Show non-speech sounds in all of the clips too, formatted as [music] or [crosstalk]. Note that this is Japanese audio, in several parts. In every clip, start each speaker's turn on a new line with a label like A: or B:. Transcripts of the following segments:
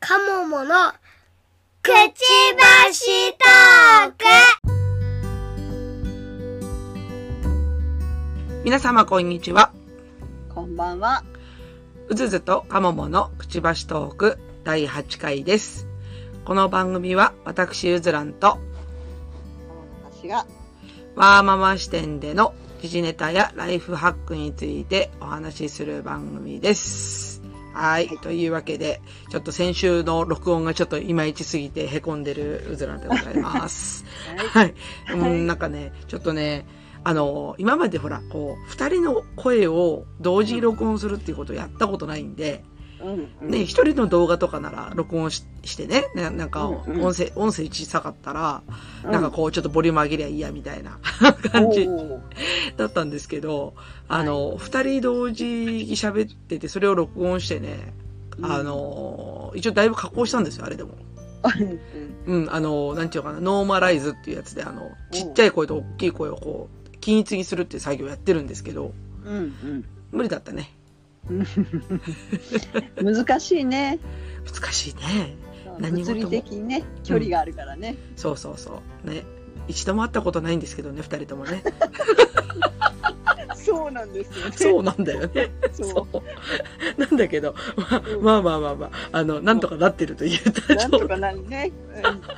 A: カモモのくちばしトーク
B: 皆様こんにちは。
C: こんばんは。
B: うずずとかもものくちばしトーク第8回です。この番組は私うずらんと
C: 私が
B: ワーママ視点での時事ネタやライフハックについてお話しする番組です。はい。というわけで、ちょっと先週の録音がちょっといまいちすぎて凹んでるうずらんでございます。 [laughs] はい。う
C: はい
B: ん、なんかね、ちょっとね、あの、今までほら、こう、二人の声を同時に録音するっていうことをやったことないんで、
C: うんうん
B: ね、一人の動画とかなら録音ししてね、ななんか
C: うんうん
B: 音声、音声小さかったら、
C: うん
B: なんかこう、ちょっとボリューム上げりゃいいや、みたいな [laughs] 感じ
C: おー
B: だったんですけど、あの、二人同時に喋ってて、それを録音してね、
C: うん
B: あの、一応だいぶ加工したんですよ、あれでも。
C: うん
B: うん、あの、なんていうのかな、ノーマライズっていうやつで、あの、ちっちゃい声と大きい声をこう、均一にするっていう作業をやってるんですけど、
C: うん
B: 無理だったね。
C: うん難しいね。
B: 難しいね。何事
C: 物
B: も
C: 理的にね距離があるからね。
B: そうそうそう。ね。一度も会ったことないんですけどね、二人とも
C: [laughs]
B: ね。
C: そうなんですよね。
B: そうなんだよね。
C: そう
B: そう。 [laughs] なんだけど、まあ
C: うん
B: まあまあまあまあ、あの、なんとかなってると言えたら
C: な
B: ち
C: ん
B: ょっ
C: と
B: と。
C: かなるね。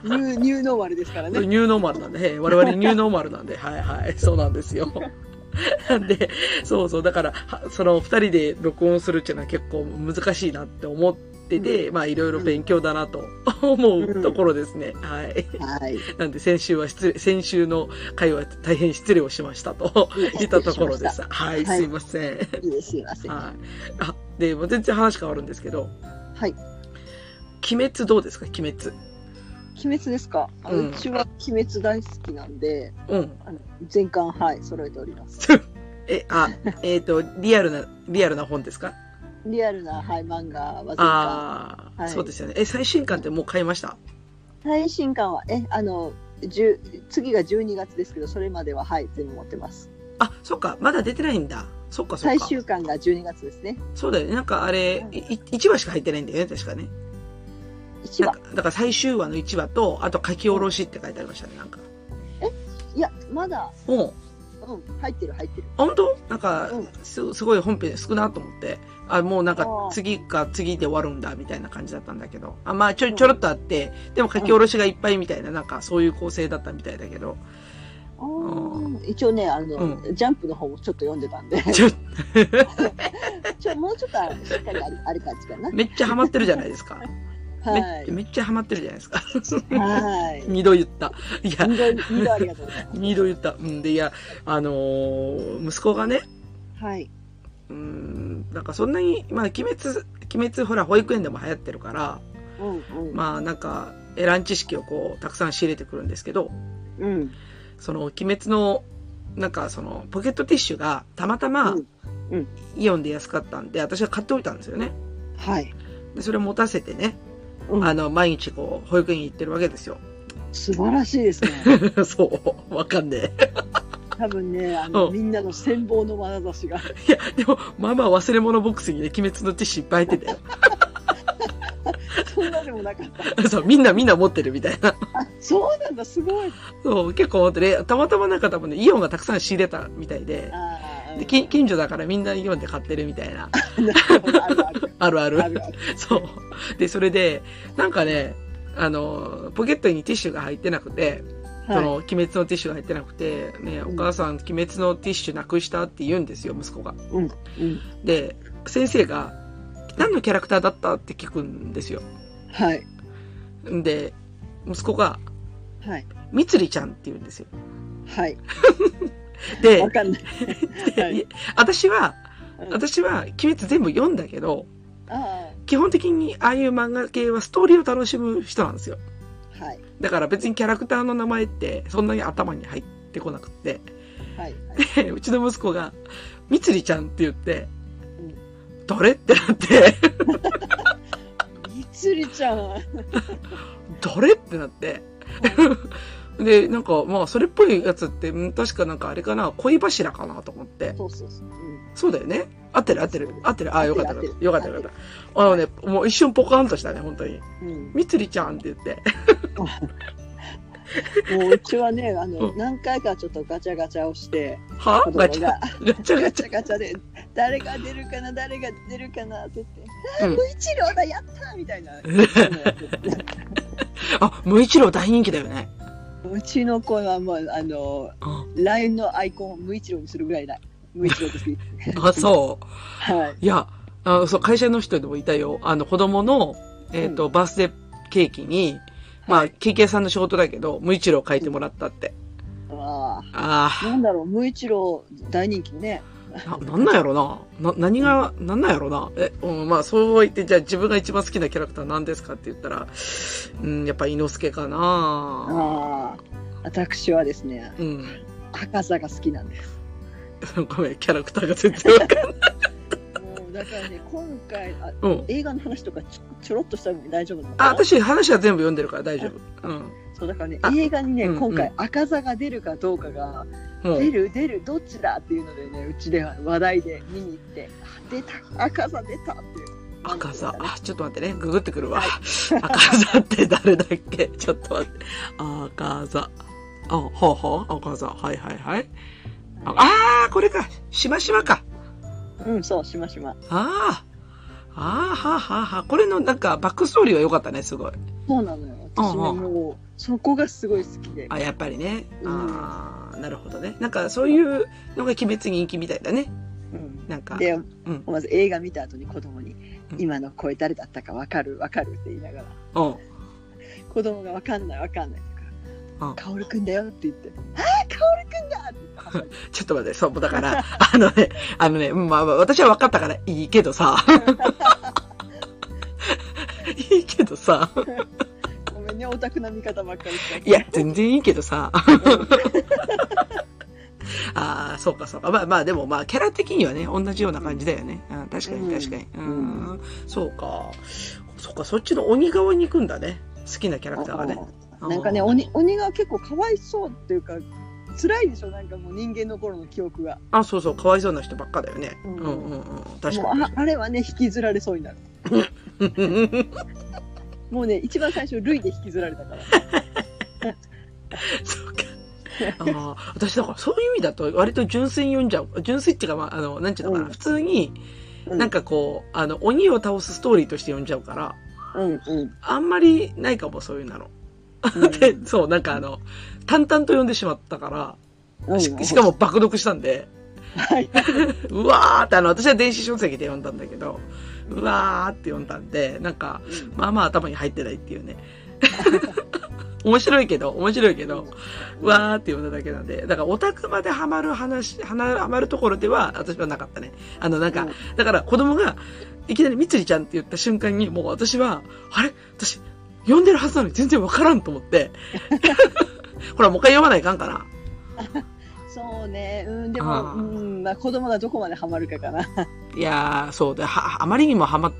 C: うんニューニューノーマルですからね。
B: ニューノーマルなん
C: [laughs]
B: で、ええ我々ニューノーマルなんで、はいはい、そうなんですよ。 [laughs] なんで、そうそう、だから、はその二人で録音するっていうのは結構難しいなって思ってて、まあいろいろ勉強だなと思うところですね。はい。
C: はい。
B: なんで先週は失礼、先週の回は大変失礼をしましたと言ったところで。す。はい、
C: はい
B: すいません。
C: いいですすいません。は
B: はい。あ、で、もう全然話変わるんですけど、
C: い。
B: 鬼滅どうですか鬼滅。
C: 鬼滅ですか。あ
B: うん
C: うちは鬼滅大好きなんで、
B: うん。
C: あの全巻はい揃えております。
B: え、
C: [laughs]
B: あ、えっ、と、リアルな、リアルな本ですか
C: リアルなはい漫画は全巻。
B: ああ、
C: はい
B: そうですよね。え、最新刊ってもう買いました
C: 最新刊はえあの10次が12月ですけどそれまでははい全部持ってます
B: あ、そっか、まだ出てないんだ。そっか、そっ
C: 最
B: か。
C: 終巻が12月ですね
B: そうだよね。なんかあれ、い1話しか入ってないんだよね、確かね。
C: 1
B: なん
C: 話
B: かだから最終話の1話と、あと書き下ろしって書いてありましたね、なんか。
C: いやまだ
B: も
C: うん入ってる入ってる
B: う、あ本当なんか
C: うん、
B: す、すごい本編少なと思って。あ、もうなんか
C: あー
B: 次か次で終わるんだ、みたいな感じだったんだけど。あ、まあちょ、ちょろっとあって、でも書き下ろしがいっぱいみたいな、なんかそういう構成だったみたいだけど。
C: あー一応ねあの、
B: う
C: ジャンプの方もちょっと読んでたんで
B: ちょ、
C: [laughs] ちょもうちょっとしっかりあるある感じ
B: [laughs]
C: かな
B: めっちゃハマってるじゃないですか。
C: [laughs] は
B: め
C: い
B: めっちゃハマってるじゃないですか。 [laughs]
C: はい
B: 二度言った。いや、
C: 二度二度ありがとうございま
B: 二度言った。うんで、いや、あのー息子がね、
C: すはい
B: うん、なんかそんなに、まあ、鬼滅、鬼滅、ほら、保育園でも流行ってるから、
C: うんうん、
B: まあ、なんか、エラン知識をこう、たくさん仕入れてくるんですけど、
C: うん
B: その、鬼滅の、なんか、その、ポケットティッシュが、たまたま、
C: うんうん
B: イオンで安かったんで、私は買っておいたんですよね。
C: はい、
B: で、それ持たせてね、
C: うん
B: あの、毎日こう、保育園に行ってるわけですよ。 [laughs]
C: 素晴らしいですね
B: そう、わかんねえ。
C: 多分ねあの、
B: うん
C: みんなの羨望の眼差しが
B: いや、でも、まあまあ忘れ物ボックスにね、鬼滅のティッシュいっぱい入ってたよ。
C: そんなでもなかった
B: そう、みんなみんな持って [laughs] るみたいな。 [laughs]
C: そうなんだすごい
B: そう、結構持ってる。たまたまなんか多分ね、イオンがたくさん仕入れたみたいで、
C: あー
B: で近近所だからみんなイオンで買ってるみたいな。
C: [laughs] なるほどある
B: あ
C: ある
B: るある。
C: あるある
B: [laughs] そう。で、それで、なんかね、あの、ポケットにティッシュが入ってなくて、その、
C: はい、
B: 鬼滅のティッシュが入ってなくて、ね、お
C: うん
B: 母さん、鬼滅のティッシュなくしたって言うんですよ、息子が。
C: うん、
B: で、先生が、何のキャラクターだったって聞くんですよ。
C: はい
B: んで、息子が、
C: はい
B: みつりちゃんって言うんですよ。
C: はい
B: で
C: わ、かんないはい
B: い私は、
C: うん
B: 私は、鬼滅全部読んだけど、
C: あ
B: 基本的にああいう漫画系はストーリーを楽しむ人なんですよ。
C: ーはい
B: だから別にキャラクターの名前って、そんなに頭に入ってこなくって、 [laughs]
C: はい
B: うちの息子が、みつりちゃんって言って
C: うん、
B: 誰ってなって、
C: みつりちゃんは
B: 誰ってなって。で、なんか、まあ、それっぽいやつって、うん確かなんかあれかな、恋柱かなと思って。
C: そうそうそう、うん、
B: そうだよね。合ってる合ってる。合ってる。ああ、よかった
C: 合
B: よ
C: っ
B: かっ
C: てる
B: た。よかった
C: 合
B: よ
C: って
B: か
C: る
B: った。あのね、もう一瞬ポカンとしたね、本当に。
C: うん
B: みつりちゃんって言って。
C: もううちはね、あの、
B: うん
C: 何回かちょっとガチャガチャをして、
B: は
C: 子供
B: ガ
C: が
B: チャ、ガチャガ
C: ガ
B: チ
C: チャガチャで、誰が出るかな、誰が出るかなって言って、
B: うん
C: 無一郎だ、やったーみたいな。
B: [laughs] ャ。あ、無一郎大人気だよね。
C: うちの子はもう、あの、
B: あ、
C: LINE のアイコンを無一郎にするぐらいない。無一郎です。
B: あそう。
C: [laughs] はい。
B: いや、あのそう、会社の人でもいたよ。あの、子供の、えっ、と、バースデーケーキに、まあ、ケーキ屋さんの仕事だけど、無一郎書いてもらったって。
C: あ
B: あ
C: あ、なんだろう、無一郎大人気ね。
B: あ、な、なんなんやろな。な、何が、なんなんやろな。え、うん、まあ、そう言って、じゃあ自分が一番好きなキャラクター何ですかって言ったら、うん、やっぱ、猪之助かな。
C: ああ、私はですね、
B: うん。 [laughs]
C: 赤さが好きなんです。
B: ごめん、キャラクターが全然わかんない。
C: もうだからね、今回、あ
B: うん。
C: 映画の話とかちょちょろっとしたのに大丈夫なの
B: あ、私、話は全部読んでるから大丈夫。うん。
C: そうだからね
B: あ
C: 映画にね、
B: うんうん
C: 今回赤座が出るかどうかが、
B: もう
C: 出、る出るどっちだっていうのでねうちでは話題で見に行ってあ出た赤座出たっていう
B: 赤座
C: なん。ていうかね
B: あ、ちょっと待ってね。ググってくるわ。赤座って誰だっけちょっと待って。赤座。あ、ほうほう。赤座。はいはいはい。ああー、これか。しましまか。
C: うんそうしましま
B: ああ。ああ、はあはあはあ。これのなんか、バックストーリーは良かったね、すごい。
C: そうなのよ私ね
B: うんうん
C: もうそこがすごい好きで
B: あ、やっぱりね。
C: うん
B: ああ、なるほどね。なんか、そういうのが鬼滅人気みたいだね。
C: うん
B: なんか。
C: で、
B: うん
C: まず映画見た後に子供に
B: う
C: 「
B: ん
C: 今の声誰だったかわかるわかる」って言いながら
B: うん。
C: 子供がわかんないわかんないと
B: う
C: か
B: ん
C: 「薫くんだよ」って言って「ああ薫くんだ!」って言って
B: ちょっと待って、そう、だから、 [laughs] あのね、あのね、まあ、私は分かったからいいけどさ。いいけどさ。
C: ごめんねオタクな見方ばっかりして
B: いや、全然いいけどさ。ああ、そうかそうか。まあまあ、でもまあ、キャラ的にはね、同じような感じだよね。うん、確かに確かに。う
C: うん
B: ん、そうか。そうか、そっちの鬼側に行くんだね。好きなキャラクターがね。
C: うんなんかね
B: あー
C: 鬼鬼が結構かわいそうっていうか辛いでしょなんかもう人間の頃の記憶が
B: あ、そうそう、かわいそうな人ばっかだよね。う
C: うんん
B: うんうん。確か
C: もう
B: に
C: あ。あれはね引きずられそうになるもうね一番最初ルイで引きずられ
B: [laughs]
C: たから
B: そうか。ああ、私だからそういう意味だと割と純粋に読んじゃう。純粋っていうか、まあ、あの、なんちゅうのかな。
C: うん
B: 普通に、
C: うん
B: なんかこう、あの、鬼を倒すストーリーとして読んじゃうから、
C: うん
B: [laughs]
C: うん
B: あんまりないかも、そういうなの。
C: うん
B: [laughs] で、そう、なんかあの、淡々と読んでしまったか
C: う
B: ら、
C: ん
B: ししかも爆読したんで、
C: [laughs]
B: [laughs]
C: はい、
B: うわーって、あの、私は電子書籍で読んだんだけど、うわーって読んだんで、なんか、まあまあ頭に入ってないっていう
C: [laughs]
B: ね。面白いけど、面白いけど、わーって読んだだけなんで、だからオタクまでハマる話、はなハマるところでは私はなかったね。あのなんか、
C: うん
B: だから子供がいきなりみつりちゃんって言った瞬間にもう私は、あれ私読んでるはずなのに全然わからんと思って。 [laughs] ほら、もう一回読まないかんかな。
C: そうねうんで
B: あ
C: も、
B: ー
C: うんまあ、子供がどこまでハマるかかない [laughs]
B: やー、そうで、は、あまりにもハマっ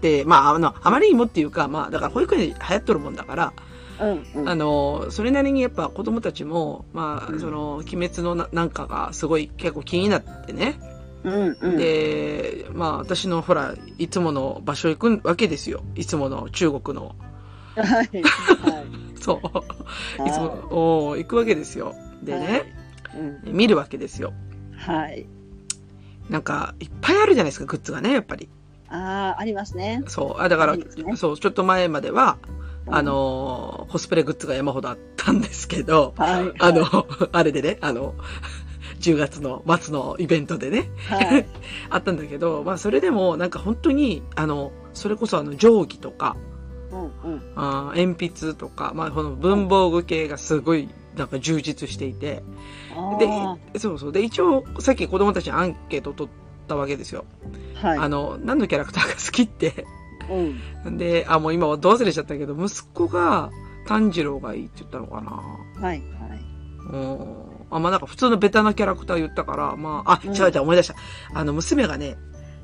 B: て、まあ、あの、あまりにもっていうか、まあ、だから保育園で流行っとるもんだから、
C: うんうん
B: あの、それなりにやっぱ子供たちも、ま
C: う
B: あ、
C: ん
B: その、鬼滅のななんかがすごい結構気になってね。
C: うんうん
B: で、まあ私のほら、いつもの場所行くわけですよ。いつもの中国の。 [laughs]
C: はいは
B: そう。
C: い
B: いつ
C: は
B: も、おー行くわけですよ。でね、
C: いうん
B: 見るわけですよ。
C: はい
B: なんか、いっぱいあるじゃないですか、グッズがね、やっぱり。
C: ああありますね
B: そう。あ、だから、
C: いいですね
B: そう、ちょっと前までは、
C: うん
B: あのー、コスプレグッズが山ほどあったんですけど、
C: はい
B: あの、 [laughs] あれでね、あの、10月の末のイベントでね、 [laughs]
C: はい
B: あったんだけど、まあそれでも、なんか本当に、あの、それこそあの、定規とか、
C: うんうん
B: あー鉛筆とか、まあ、この文房具系がすごい、なんか充実していて。
C: あー
B: で、そうそう。で、一応、さっき子供たちにアンケート取ったわけですよ。
C: はい
B: あの、何のキャラクターが好きって。 [laughs]
C: うん
B: で、あ、もう今はど忘れしちゃったけど、息子が、炭治郎がいいって言ったのかな。
C: はいはい
B: うん。あ、まあ、なんか普通のベタなキャラクター言ったから、まあ、あ、
C: うん
B: 違う違う、思い出した。あの、娘がね、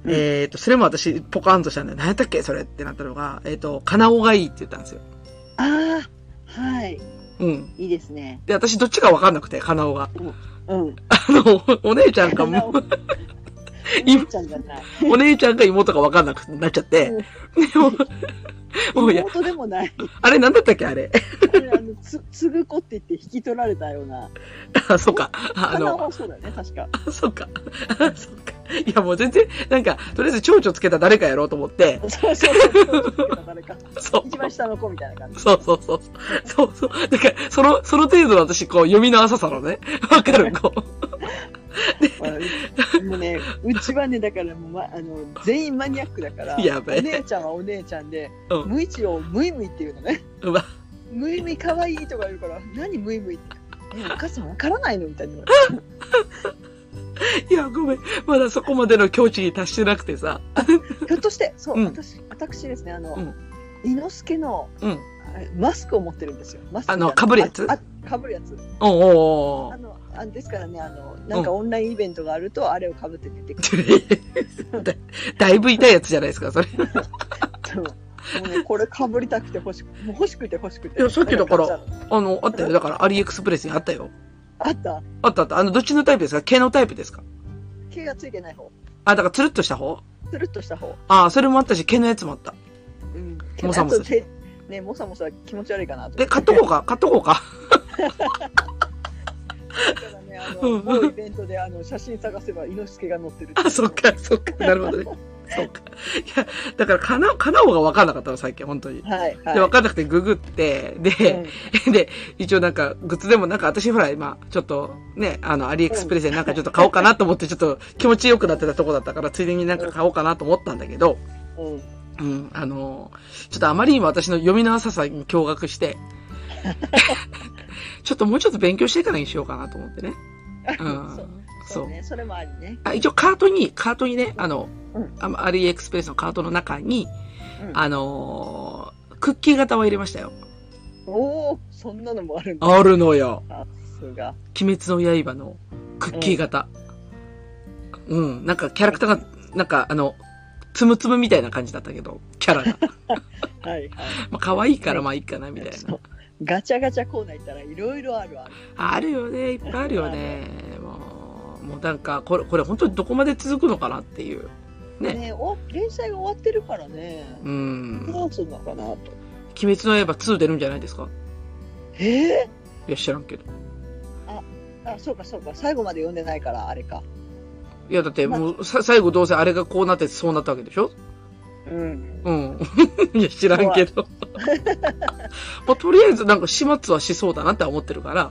C: うん
B: えっ、と、それも私、ポカーンとしたんだよ。何やったっけそれってなったのが、えっ、と、カナオがいいって言ったんですよ。
C: ああはい
B: うん。
C: いいですね
B: で、私どっちかわかんなくて、カナオが。 [laughs]
C: うん [laughs]
B: あの、お姉ちゃんかも、
C: ゆうちゃんじゃない。
B: お姉ちゃんか妹か分かんなくなっちゃって。
C: うん
B: で
C: [laughs]
B: も、もういや、
C: 妹でもない。
B: あれなんだったっけあれ。 [laughs]
C: あれあのつ、 [laughs] つぐ子って言って引き取られたような。
B: あ、そうか。あ
C: 花
B: の、
C: はそうだよね、確か。
B: あそうか。 [laughs] あそうか。いや、もう全然、なんか、とりあえず蝶々つけた誰かやろうと思って。
C: そうそうそう。誰か。
B: そう。
C: 一番下の子みたいな感じ。
B: そうそうそう。そうそう。だから、その、その程度の私、こう、読みの浅さのね。 [laughs] わかる、
C: [laughs]
B: こう。
C: もうね、うちはね、だからもう、ま、あの全員マニアックだから、
B: やべえ
C: お姉ちゃんはお姉ちゃんで、
B: うん
C: ムイチをムイムイっていうのね、
B: うわ、
C: ムイムイ可愛いとか言うから、何ムイムイって。えお母さんわからないのみたいな。
B: いや、ごめん。まだそこまでの境地に達してなくてさ。
C: ひょっとして、そう、
B: うん
C: 私、私ですね、あの、
B: うん
C: 伊之助の
B: うん。
C: あれマスクを持ってるんですよ。マスク
B: あの被るやつ
C: ああ被るやつ。
B: おうおうお
C: あ
B: う
C: のあですからねあの、なんかオンラインイベントがあると、あれを被って出てくる。
B: [laughs] だだいぶ痛いやつじゃないですか、それ。
C: そうもうね、これ被りたくて欲しくて、もう欲しくて欲しくて。
B: いやさっきだから
C: 買っちゃう
B: あの、あったよ。だから、アリエクスプレスにあったよ。
C: あった
B: あったあった。あの、どっちのタイプですか毛のタイプですか
C: 毛がついてない方。
B: あ、だから、つるっとした方
C: つるっとした方。
B: あ、それもあったし、毛のやつもあった。
C: うん。
B: もさもさ
C: あと手ね、もさもさ気持ち悪いかなと思
B: え、
C: って。
B: 買っとこう [laughs] か買っとこうか
C: だからね、あの、
B: うん
C: 某イベントであの写真探せば、猪之助が乗ってるていう
B: あ、そっ。か、そっか。なるほどね。 [laughs] そうか。いや、だから、かな、かなおが分かんなかったの、最近、本当に。
C: はい、はい。
B: で、分かんなくてググって、で、 [laughs] で、一応なんか、グッズでもなんか、私ほら、今、ちょっと、ね、あの、アリエクスプレスでなんかちょっと買おうかなと思って、ちょっと気持ちよくなってたとこだったから、ついでになんか買おうかなと思ったんだけど、
C: うん。うん。
B: うん、あの、ちょっとあまりにも私の読みの浅さに驚愕
C: [laughs]
B: して、ちょっともうちょっと勉強してからにしようかなと思ってね。う。
C: [laughs] そうんそ
B: そうう。
C: ね、それもありね。
B: あ一応カートに、カートにね、あの
C: うん、
B: あのアリエクスプレスのカートの中に、
C: うん
B: あのー、クッキー型は入れましたよ。
C: おお、そんなのもあるんだ。
B: あるのよ。
C: さすが。
B: 鬼滅の刃のクッキー型。うん、なんかキャラクターが、なんかあの、つむつむみたいな感じだったけど、キャラ
C: [laughs]
B: が。
C: はいはい。
B: まあ可愛いからまあいいかな、みたいな
C: そ。うガチャガチャコーナー行ったらいろいろあるある。
B: あるよね、いっぱいあるよね。もう、もうなんか、これ、これ本当にどこまで続くのかなっていう。ね
C: ね、お連載が終わってるからね。
B: うん。
C: どうするのかなと。
B: 鬼滅の刃2出るんじゃないですか
C: ええ
B: いや、知らんけど。
C: あ、そうかそうか。最後まで読んでないから、あれか。
B: いや、だってもう、さ最後どうせあれがこうなってそうなったわけでしょ
C: うん。
B: うん。 [laughs] いや、知らんけど。 [laughs] まあ、とりあえずなんか始末はしそうだなって思ってるから。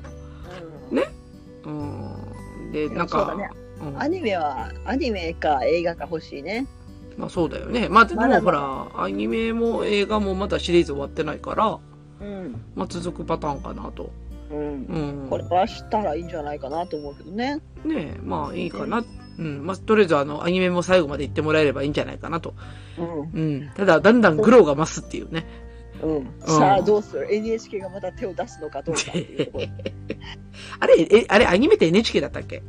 C: うん、
B: うん。で、
C: や
B: なん
C: そ
B: か
C: うだね、
B: うん
C: アニメは、アニメか映画か欲しいね。
B: まあそうだよね。まあで
C: まだ
B: も
C: ま
B: ほ
C: だ
B: ら、アニメも映画もまだシリーズ終わってないから、
C: うん。
B: まあ続くパターンかなと。
C: うん。
B: うん。
C: これはしたらいいんじゃないかなと思うけどね。
B: ねえ、まあいいかな。うん。まあ、とりあえずあの、アニメも最後まで行ってもらえればいいんじゃないかなと。
C: うん。
B: うん。ただ、だんだんグローが増すっていうね。
C: うん。さあ、どうする ?NHK がまた手を出すのかどうかっていうところ。
B: [laughs] あれ、え、あれ、アニメって NHK だったっけ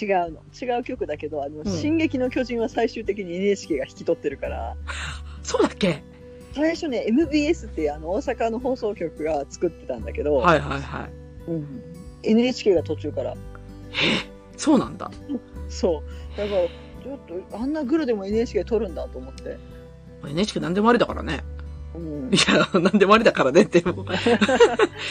C: 違うの。違う曲だけど、あの、
B: ん
C: 進撃の巨人は最終的に NHK が引き取ってるから。
B: そうだっけ
C: 最初ね MBS っていうあの大阪の放送局が作ってたんだけど、
B: はいはいはい。
C: うん NHK が途中から
B: そうなんだ。
C: そうだからちょっとあんなグルでも NHK 撮るんだと思って、
B: NHK 何でもありだからね。 [laughs]
C: うん
B: い、や、何でもありだからね [laughs] って。もう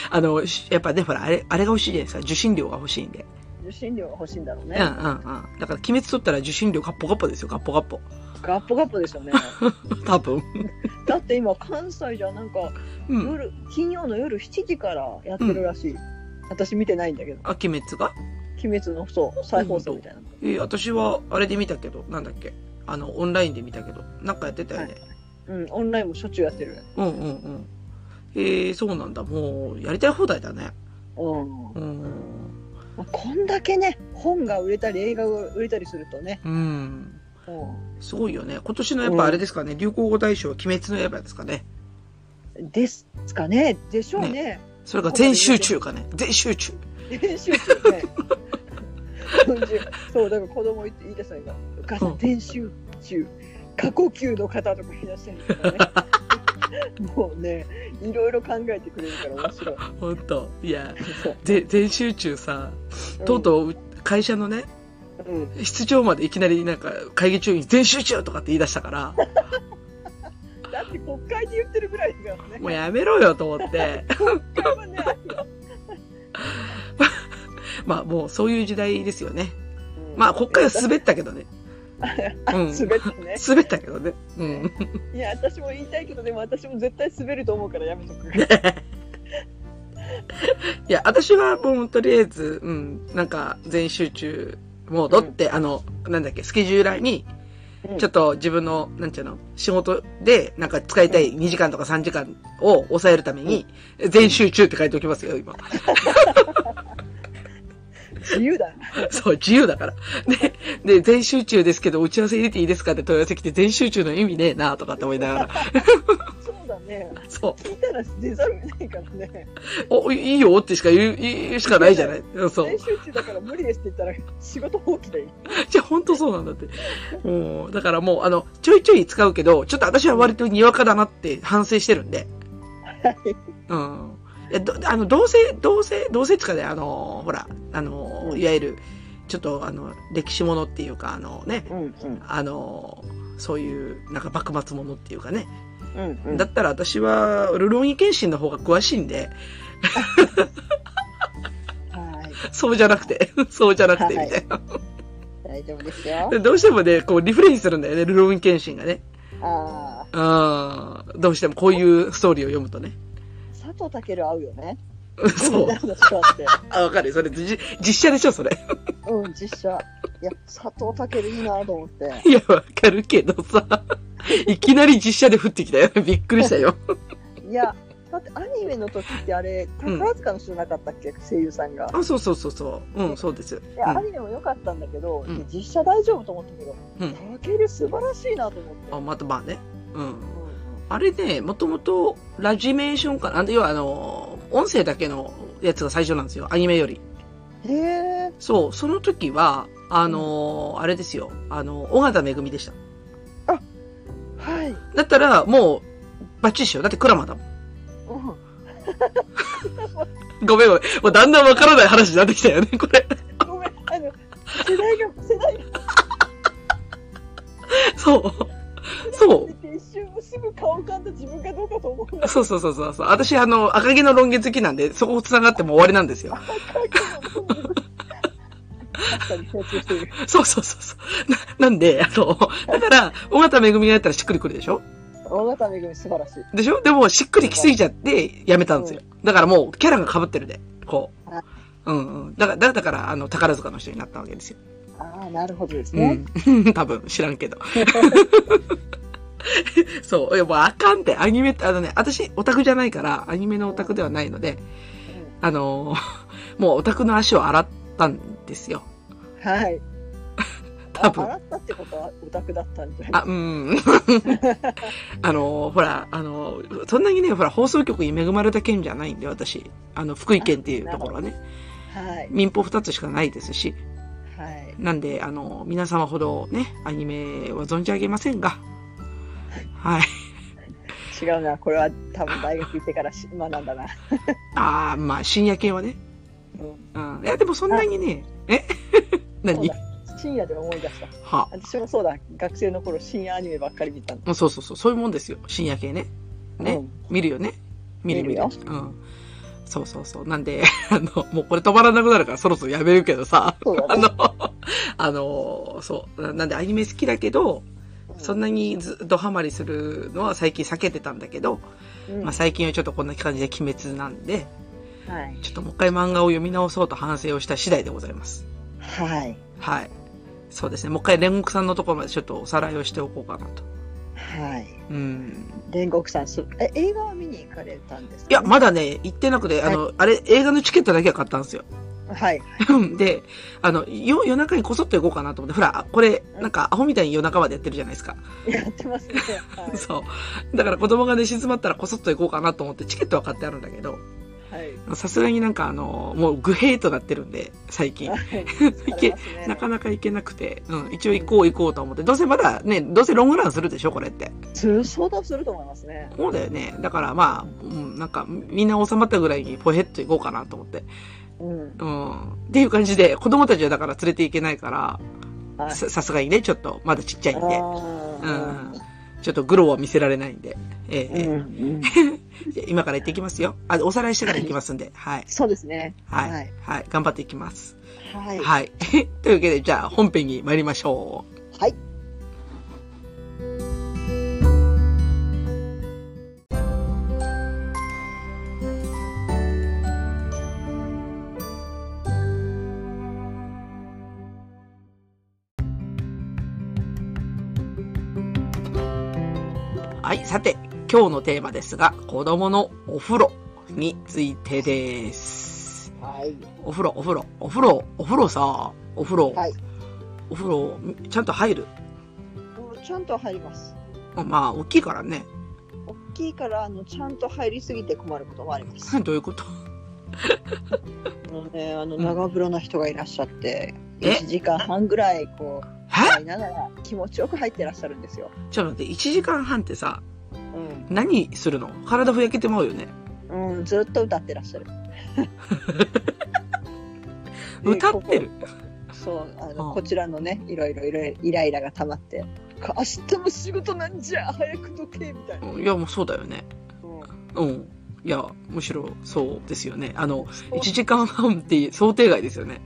B: あの、しやっぱね、ほら、あれ、あれが欲しいじゃないですか。受信料が欲しいんで。
C: 受信料が欲しいんだろう
B: うん
C: ね、
B: うんうん。だから、鬼滅取ったら受信料ガッポガッポですよ、ガッポガッポ。
C: ガッポガッポでし
B: [laughs]
C: ょね
B: 多分。
C: だって今関西じゃなんか
B: うん。
C: 夜、金曜の夜7時からやってるらしい、私見てないんだけど
B: あ、鬼滅が
C: 「鬼滅のそう再放送みたいな、
B: えー私は、あれで見たけど、なんだっけ。あの、オンラインで見たけど、なんかやってたよね。
C: うんオンラインもしょっちゅうやってる
B: うんうんうん。えー、そうなんだ。もう、やりたい放題だね。
C: うん、
B: うん。
C: まあこんだけね本が売れたり映画が売れたりするとね、
B: うん。
C: うん
B: すごいよね。今年のやっぱあれですかね、流行語大賞は鬼滅の刃ですかね。
C: ですかねでしょうね。
B: それが全集中かね。全集中。
C: 練習中ね。そう、だから子供言って言い出したのが、お [laughs] 母さ
B: うん
C: ん、練習中、過呼吸の方とか言い出したりとかね。もうね、いろいろ考えてくれるから面白い。
B: 本当いや、
C: そう
B: ぜ全集中さ、
C: ん
B: とうとう会社のね、
C: うん、
B: 室長までいきなりなんか会議中に全集中とかって言い出したから、
C: だって国会で言ってるぐらいだからね
B: もうやめろよと思って、
C: 国会はねあるよ
B: まあもうそういう時代ですよね。
C: うん
B: まあ国会は滑ったけど [laughs] ね。うん。
C: 滑ったね
B: 滑ったけどね。うん。
C: いや私も言いたいけどでも私も絶対滑ると思うからやめと [laughs] く
B: いや、私はもうとりあえず、うん、なんか全集中モードって、あの、なんだっけ、スケジューラーに、ちょっ
C: と
B: と自分の、なんていうの、仕事で、なんか使いたい2時間とか3時間を抑えるために、全集中って書いておきます [laughs] よ、今。
C: 自由だ
B: そう、自由だから。で、で、全集中ですけど、打ち合わせ入れていいですかって問い合わせ来て、全集中の意味ねえなとかって思いながら、
C: そうだね
B: そう、
C: 聞いたら出ざるを得ないからね
B: お、いいよってしか言う、言うしかないじゃない。そう
C: 練。習中だから無理ですって言ったら仕事放棄だよ
B: [laughs] じゃあ本当そうなんだって。もう、だからもう、あの、ちょいちょい使うけど、ちょっと私は割とにわかだなって反省してるんで。うん。いや、ど、あの、どうせ、どうせ、どうせっつうかね、あの、ほら、あの、いわゆる、ちょっと、あの、歴史ものっていうか、あのね、
C: うんうん
B: あの、そういう、なんか幕末ものっていうかね、
C: うん
B: だったら私は、ルローニケンシンの方が詳しいんで、
C: はい
B: そうじゃなくて、 [laughs] そうじゃなくて、みたいな。
C: 大丈夫ですよ
B: どうしてもね、こう、リフレインするんだよね、ルローニケンシンがね。
C: ああ
B: あーどうしてもこういうストーリーを読むとね。
C: 佐藤健合うよね
B: うん [laughs] そう
C: みん。なの話があって
B: あ、わかるよ。それ、じ実写でしょ、それ。 [laughs]
C: うん実写いや佐藤健いいなと思って
B: いや、わかるけど [laughs] さ。いきなり実写で降ってきたよ。 [laughs] びっくりしたよ。
C: いやだってアニメの時ってあれ宝塚の人なかったっけ、声優さんが
B: あ、そうそうそうそう。うん、そうです。
C: いや、アニメも良かったんだけど、
B: うん
C: 実写大丈夫と思ったけど、
B: うん
C: タケル素晴らしいなと思って。
B: あ、またまあね。うん。
C: うん
B: あれね、もともと、ラジメーションかな。要は、あの、音声だけのやつが最初なんですよ。アニメより。
C: へえ、
B: そう、その時は、あの、あれですよ。あの、尾形めぐみでした。
C: はい。
B: だったら、もう、バッチリしよう。だって、クラマだもん。
C: う
B: ごめんごめん。もうだんだんわからない話になってきたよね、これ。
C: ん、ごめん、あの、世代が、世代が
B: [laughs] そう。そ
C: 出て一瞬すぐ顔浮かんだ自分がどうかと思うんだ
B: う。そうそうそうそうそう。私、あの、赤毛のロン毛好きなんで、そこ繋がっても終わりなんですよ。
C: けど。確かに共通している。
B: そうそうそうそう。な、なんで、あの、だから、尾形めぐみがやったらしっくりくるでしょ
C: 大型めぐみ素晴らしい。
B: でしょでも、しっくりきすぎちゃって、やめたんですよ。だからもう、キャラが被ってるで、こ
C: あ
B: う。うんうん。だから、だだから、あの、宝塚の人になったわけですよ。
C: ああ、なるほどですね。
B: うん。 [laughs] 多分、知らんけど。そう。いや、もうあかんって、アニメって、あのね、私、オタクじゃないから、アニメのオタクではないので、あのー [laughs] もうオタクの足を洗ったんですよ。
C: うんはい。
B: [laughs] 多分
C: あ洗ったってことはオタクだったんじゃない
B: あ、うん。 [laughs] あのーほら、あのーそんなにね、ほら、放送局に恵まれた県じゃないんで、私。あの、福井県っていうところはね、
C: はい。
B: 民放二つしかないですし、
C: はい。
B: なんで、あの、皆様ほどね、アニメは存じ上げませんが、はい。
C: 違うな。これは多分大学行ってからし学んだな。
B: ああ、まあ、深夜系はね。
C: うん
B: うん。いや、でもそんなにね、え [laughs] 何
C: そうだ深夜で思い出した。
B: は
C: 私もそうだ、学生の頃深夜アニメばっかり見たの。
B: あ。そうそうそう、そういうもんですよ。深夜系ね。ね。
C: うん
B: 見るよね。見る見
C: 見
B: る。
C: る
B: うん。そうそうそう。なんで、 [laughs] あの、もうこれ止まらなくなるからそろそろやめるけどさ。 [laughs]
C: そうだ
B: あ
C: ね。
B: の、あの、そう。ななんでアニメ好きだけど、そんなにずドハマりするのは最近避けてたんだけど、
C: うん
B: まあ最近はちょっとこんな感じで鬼滅なんで、
C: はい。
B: ちょっともう一回漫画を読み直そうと反省をした次第でございます。
C: はい。
B: はい。そうですね。もう一回煉獄さんのところまでちょっとおさらいをしておこうかなと。
C: はい。
B: うん。
C: 煉獄さん、すえ映画は見に行かれたんですか、
B: いや、まだね、行ってなくて、あの、あれ、映画のチケットだけは買ったんですよ。 [laughs]
C: はい。
B: で、あの、よ夜中にこそっと行こうかなと思って、ほら、これ、なんかアホみたいに夜中までやってるじゃないですか。 [laughs]
C: やってますね。は
B: そう。だから子供が寝静まったらこそっと行こうかなと思って、チケットは買ってあるんだけど、
C: い。はい。
B: さすがになんかあの、もうグヘーとなってるんで、最近。
C: い
B: けなかなか行けなくて、うん、一応行こう行こうと思って、どうせまだね、どうせロングランするでしょ、これって。
C: そう相当すると思いますね。
B: そうだよね。だからまあ、うん、なんかみんな収まったぐらいにポヘッと行こうかなと思って。
C: うん。
B: うん。っていう感じで、子供たちはだから連れていけないから、
C: はい。
B: ささすがにね、ちょっと、まだちっちゃいんで。う
C: あ
B: ん。ちょっとグロは見せられないんで。え
C: ーうん
B: え
C: うん。
B: じゃあ今から行ってきますよ。あ、おさらいしてから行きますんで。はい。
C: そうですね。
B: はい。は
C: はいい。
B: 頑張っていきます。
C: はい。
B: はい。 [laughs] というわけで、じゃあ本編に参りましょう。
C: はい。
B: はい。さて、今日のテーマですが、子供のお風呂についてです。
C: はい。
B: お風呂、お風呂、お風呂、お風呂さ、お風呂、
C: はい。
B: お風呂、ちゃんと入る。
C: うんちゃんと入ります。
B: まあ、大きいからね。 [laughs]
C: 大きいから、あの、ちゃんと入りすぎて困ることもあります。
B: どういうこと [laughs]
C: あのね、あの
B: うん
C: 長風呂の人がいらっしゃって、
B: え
C: 1時間半ぐらいこう
B: え
C: 入りながら気持ちよく入ってらっしゃるんですよ。
B: ちょっと待って、1時間半ってさ、
C: う
B: 何するの体ふやけてまうよね。
C: ん、うん、ずっと歌ってらっしゃる。
B: [laughs]
C: で
B: 歌ってる
C: こ。こそうあの
B: うん
C: こちらのねいろいろいろいろイライラが溜まってか明日も仕事なんじゃ早くどけみたいな。
B: いや、もうそうだよね。うん。いや、むしろそうですよね。あの、1時間半っていう想定外ですよね。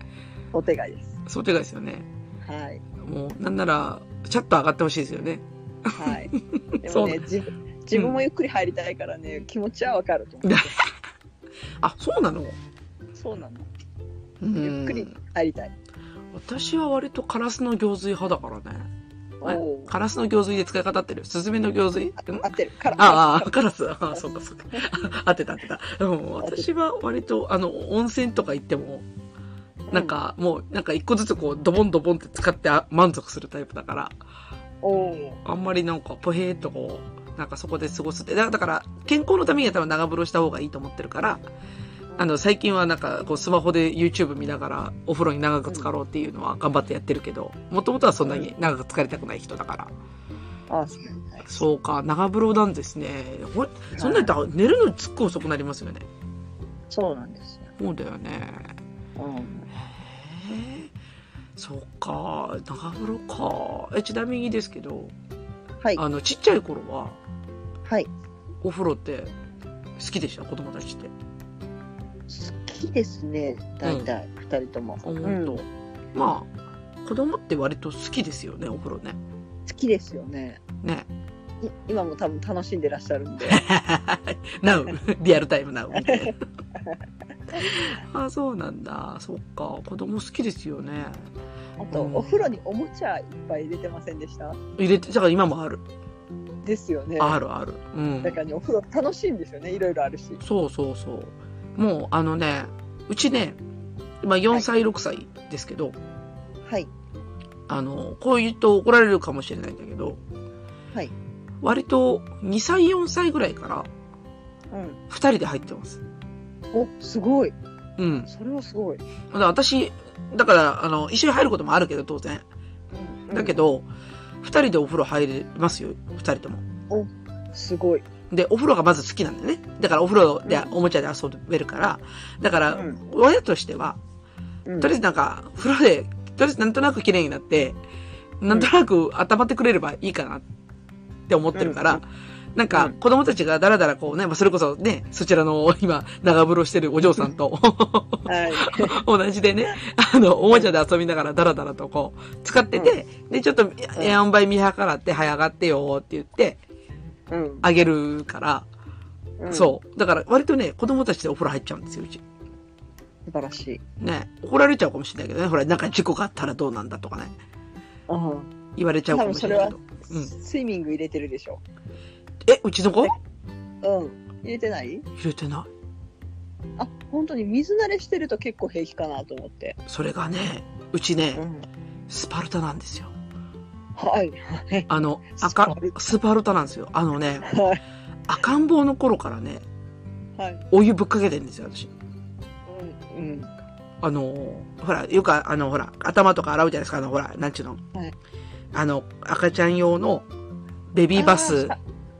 C: お手がいです。
B: 想定外ですよね。
C: はい
B: もう、なんなら、ちょっと上がってほしいですよね。
C: はい。
B: [laughs]
C: で
B: そ
C: も
B: う
C: ね自分自分もゆっくり入りたいからね、気持ちはわかると思
B: あ、そうなの
C: う。そうなの。
B: うん
C: ゆっくり入りたい。
B: 私は割とカラスの行水派だからね。
C: おおー。
B: カラスの行水で使い方合ってる。スズメの行水ん
C: 合ってるから。
B: ああ、カラス。ああ、そうか、そう [laughs] か。合ってた、合ってた。うん、私は割と、あの、温泉とか行っても、なんか、もう、なんか一個ずつこう、ドボンドボンって使ってあ満足するタイプだから、
C: おお。
B: あんまりなんか、ポヘーっとこう、なんかそこで過ごすって。だだから、健康のためには多分長風呂した方がいいと思ってるから、あの、最近はなんか、こう、スマホで YouTube 見ながら、お風呂に長く浸かろうっていうのは頑張ってやってるけど、もともとはそんなに長く浸かりたくない人だから。
C: あそうなんだ
B: そうか、長風呂なんですね。ほいそんなにだ寝るのすっごい遅くなりますよね。
C: そうなんですよ。
B: そうだよね。
C: うん。
B: へえそっか、長風呂か。え、ちなみにですけど、
C: はい。
B: あの、ちっちゃい頃は、
C: はい。
B: お風呂って、好きでした子供たちって。
C: 好きですね。大体、二人とも。
B: ほ
C: うんん
B: と
C: 好。
B: まあ、子供って割と好きですよね、お風呂ね。
C: きですよね。
B: ね。 [laughs]
C: い今も多分楽しんでらっしゃるんで。
B: な
C: [laughs]
B: う。リアルタイムなう。 [laughs] みたいなあ、そうなんだ。そっか。子供好きですよね。
C: あと、
B: うん
C: お風呂におもちゃいっぱい入れてませんでした
B: 入れて、だから今もある。
C: ですよね。
B: あるある。うん
C: だ。からね、お風呂楽しいんですよね。いろいろあるし。
B: そうそうそう。もう、あのね、うちね、まあ4歳、6歳ですけど、
C: はい。
B: あの、こう言うと怒られるかもしれないんだけど、
C: はい。
B: 割と2歳、4歳ぐらいから
C: うん。
B: 2人で入ってます。
C: お、すごい。
B: うん。
C: それはすごい。
B: だから私、だから、あの、一緒に入ることもあるけど、当然。だけど、
C: ど。
B: 2人でお風呂入れますよ、2人とも。
C: すごい。
B: で、お風呂がまず好きなんだよね。だからお風呂で
C: う
B: おもちゃで遊べるから、だから
C: うん、
B: 親としては、
C: うん
B: とりあえずなんか、風呂で、とりあえずなんとなく綺麗になって、なんとなく温まってくれればいいかなって思ってるから、
C: うん
B: なんか、
C: うん
B: 子供たちがだらだらこうね、まあ、それこそね、そちらの今、長風呂してるお嬢さん
C: [laughs]
B: と
C: はい。 [laughs]
B: 同じでね、あの、おもちゃで遊びながらだらだらとこう、使ってて、で、ちょっと、え、あんばい見計らって、早上がってよって言って、
C: うん。
B: あげるから、
C: うん
B: そう。だから、割とね、子供たちでお風呂入っちゃうんですよ、うち。
C: 素晴らしい。
B: ね、怒られちゃうかもしれないけどね、ほら、なんか事故があったらどうなんだとかね、
C: うん。
B: 言われちゃうかもしれないけど。うん
C: スイミング入れてるでしょ。
B: え、うちの子入
C: うん。入れてない
B: れてない。
C: あ、本当に水慣れしてると結構平気かなと思って。
B: それがね、うち
C: う
B: ね、
C: ん。
B: スパルタなんですよ。
C: はい。
B: あの、
C: スパ
B: 赤
C: ル、
B: スパルタなんですよ。あのね、
C: はい。
B: 赤ん坊の頃からね、
C: はい。
B: お湯ぶっかけてるんですよ、私。
C: うん。
B: あのー、ほら、よくあ、あの、ほら、頭とか洗うじゃないですか、あの、ほら、なんちゅうの。
C: はい
B: あの、赤ちゃん用のベビーバス
C: あ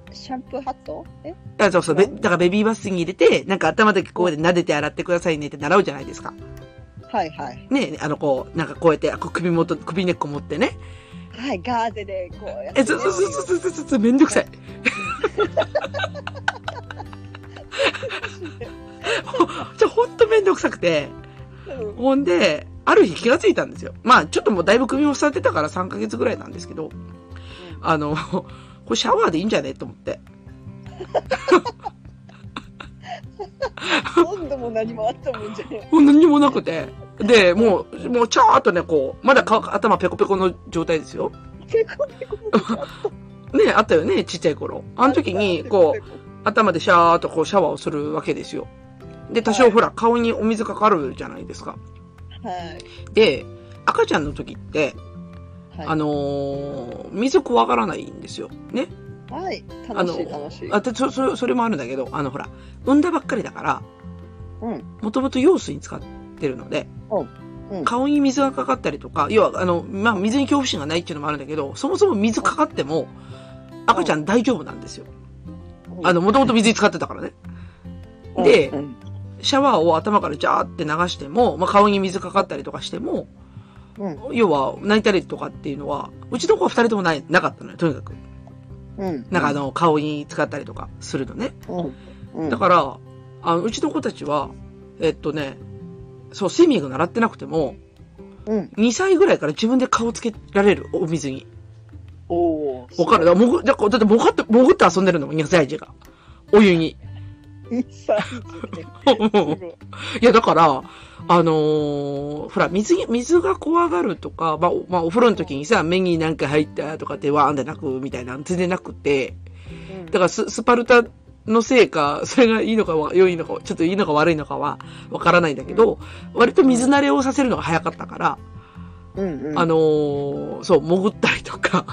C: ーシャンプーハットえ
B: あそうそう、べだからベビーバスに入れて、なんか頭だけこうやって撫でて洗ってくださいねって習うじゃないですか。
C: はいはい。
B: ね、あの、こう、なんかこうやって、こう首元、首根っこ持ってね。
C: はい、ガーゼでこうや
B: [laughs]
C: って、
B: え、そうそうそうそうそうそうそう、めんどくさい。 [laughs] じゃ、ほんとめんどくさくて。
C: うん
B: ほんで、ある日気がついたんですよ。まあ、ちょっともうだいぶ首をされてたから3ヶ月ぐらいなんですけど、あの、これシャワーでいいんじゃねと思って。
C: 今度も何もあったもんじゃね
B: もう何もなくて。で、もう、もう、ちゃーっとね、こう、まだ顔頭ペコペコの状態ですよ。
C: え。結構結構。
B: ね、あったよね、ちっちゃい頃。あの時に、こう、頭でシャーっとこうシャワーをするわけですよ。で、多
C: は
B: 少
C: い
B: ほら、顔にお水かかるじゃないですか。
C: う。はい。
B: で、赤ちゃんの時って、
C: はい
B: あのー水怖がらないんですよ。ね。
C: はい。
B: あ
C: 楽
B: の
C: しい楽しい。
B: あ、てそ、そ、それもあるんだけど、あの、ほら、産んだばっかりだから、
C: うん。
B: もともと用水に使ってるので、
C: うんうん
B: 顔に水がかかったりとか、要は、あの、まあ、水に恐怖心がないっていうのもあるんだけど、そもそも水かかっても、赤ちゃん大丈夫なんですよ。あの、もともと水に使ってたからね。
C: うん、
B: で
C: うん
B: シャワーを頭からジャーって流しても、まあ、顔に水かかったりとかしても、
C: うん
B: 要は泣いたりとかっていうのは、うちの子は二人ともない、なかったのよ、とにかく。
C: うん。
B: なんかあの、顔に使ったりとかするのね。
C: うん、うん。
B: だから、あの、うちの子たちは、えっとね、そう、スイミング習ってなくても、
C: うん。
B: 2歳ぐらいから自分で顔つけられる、お水に。
C: お
B: わかるだから、もぐ、だからだって、もかって、潜って遊んでるのもん、2歳児が。お湯に。
C: 一歳児で。すごい。
B: いや、だから、あのーほら、水に、水が怖がるとか、まあ、おまあ、お風呂の時にさ、目になんか入ったとかってわーんって泣くみたいな、全然なくて、
C: うん
B: だからス、スパルタのせいか、それがいいのかわ良いのか、ちょっといいのか悪いのかは、わからないんだけど、割と水慣れをさせるのが早かったから、
C: うんうん、
B: あのーそう、潜ったりと
C: [laughs]
B: か、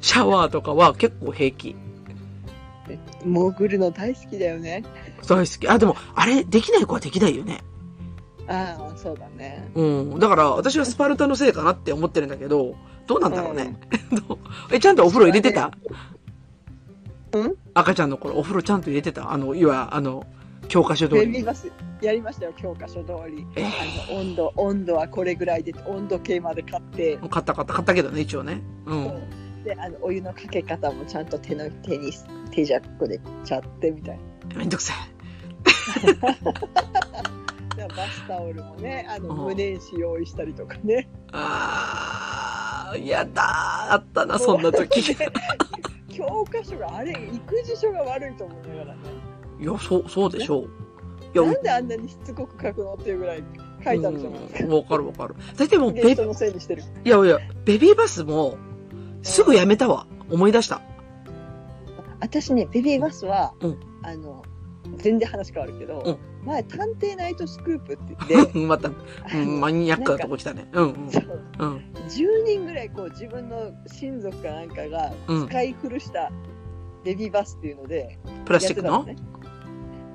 B: シャワーとかは結構平気。
C: 潜るの大好きだよね。
B: 大好き。あ、でも、あれ、できない子はできないよね。
C: ああ、そうだね。
B: うん。だから、私はスパルタのせいかなって思ってるんだけど、どうなんだろうね。どう [laughs] え、ちゃんとお風呂入れてた
C: うん
B: 赤ちゃんの頃、お風呂ちゃんと入れてたあの、いわ、あの、教科書通
C: ベ
B: り。
C: ビーバスやりましたよ、教科書通り。
B: えー
C: あの温度、温度はこれぐらいで、温度計まで買って、
B: 買った買った、買ったけどね、一応ね。うん。
C: で、あのお湯のかけ方もちゃんと手の手に手ジャックでちゃってみたい
B: めんどくさい。
C: な。でバスタオルもね、あの
B: うん
C: 無年紙用意したりとかね。 [laughs]
B: あー、やだー、あったな、そんな
C: [laughs]
B: 時。い
C: もう教科書があれ、育児書が悪いと思いながらね。
B: や、そう、そうでしょう。いや、う
C: なんであんなにしつこく書くのっていうぐらい書いたんじゃないですか。
B: うんわかるわかる。大体もう、ベ
C: ゲス、トのせいにしてる。
B: いやいや、ベビーバスも、すぐやめたわ。思い出した。
C: 私ねベビーバスは、
B: うん
C: あの全然話変わるけど、
B: うん
C: 前「探偵ナイトスクープ」って言って
B: [laughs] また、
C: [laughs] あ
B: う
C: の
B: んマニアックなとこ来たね。うんうん。
C: なんかそう
B: うん。
C: 10人ぐらいこう自分の親族かなんかが
B: うん
C: 使い古したベビーバスっていうので
B: プラスチックの
C: やってたのね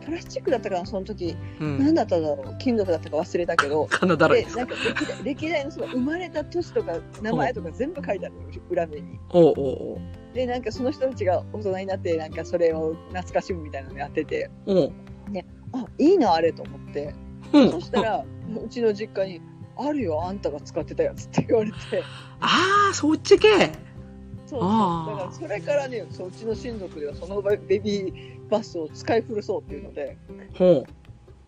C: プラスチックだったかなその時、
B: う
C: 何
B: ん。
C: だっただろう金属だったか忘れたけど
B: 金だらけ
C: で
B: です
C: なんか歴代歴代のその生まれた年とか名前とか全部書いてあるのよ裏面に。
B: おうおう
C: でなんかその人たちが大人になってなんかそれを懐かしむみたいなのやってて
B: おう。おう。
C: あいいなあれと思って
B: うん。
C: そしたら、うちの実家に、あるよ、あんたが使ってたやつって言われて、
B: ああ、そっち系。
C: そう
B: あ
C: そ
B: ー
C: うだからそれからね、そううちの親族ではそのベビーバスを使い古そうっていうので、
B: ほ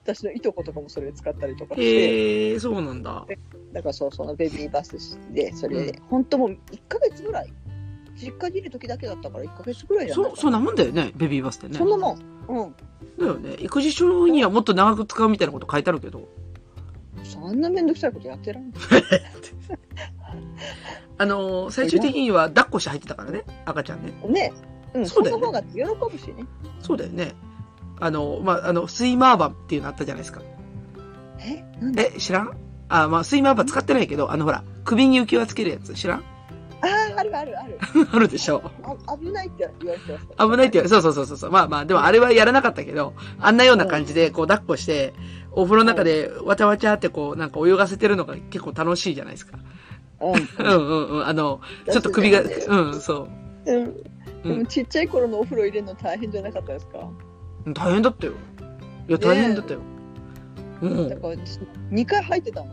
C: 私のいとことかもそれ使ったりとか
B: う。
C: して、
B: へえ、そうなんだ。
C: だからそう、そのベビーバスで、それで、本当もう1ヶ月ぐらい、実家にいる時だけだったから、1ヶ月ぐらいじゃない
B: そ、
C: か
B: そんなもんだよね、ベビーバスってね
C: そん。なもん。うん、
B: だよね。育児書にはもっと長く使うみたいなこと書いてあるけど。
C: そんなめんどくさいことやってらんない。
B: あのー、最終的には抱っこして入ってたからね、赤ちゃんね。
C: ね、うん、
B: そ
C: そう
B: だよ
C: の
B: ね
C: 方が喜ぶしね。
B: そうだよね。あの、まあ、あの、スイマーバっていうのあったじゃないですか。
C: え、なんで
B: え、知らんあ、まあ、スイマーバ使ってないけど、あの、ほら、首に浮き輪つけるやつ、知らん [laughs]
C: ああ、あるあるある。
B: あるでしょ。
C: あ危ないって言われてました。
B: 危ないって言われ、そうそうそうそうそう。まあまあ、でもあれはやらなかったけど、あんなような感じで、こう抱っこして、お風呂の中でわちゃわちゃってこう、なんか泳がせてるのが結構楽しいじゃないですか。
C: うん
B: うんうんうん。あの、ちょっと首が、うん、そう。
C: うん
B: うん
C: でもちっちゃい頃のお風呂入れるの大変じゃなかったですか、
B: 大変だったよ。いや、
C: ねえ
B: 大変だったよ。う
C: だ
B: ん。
C: から私2回入ってたもん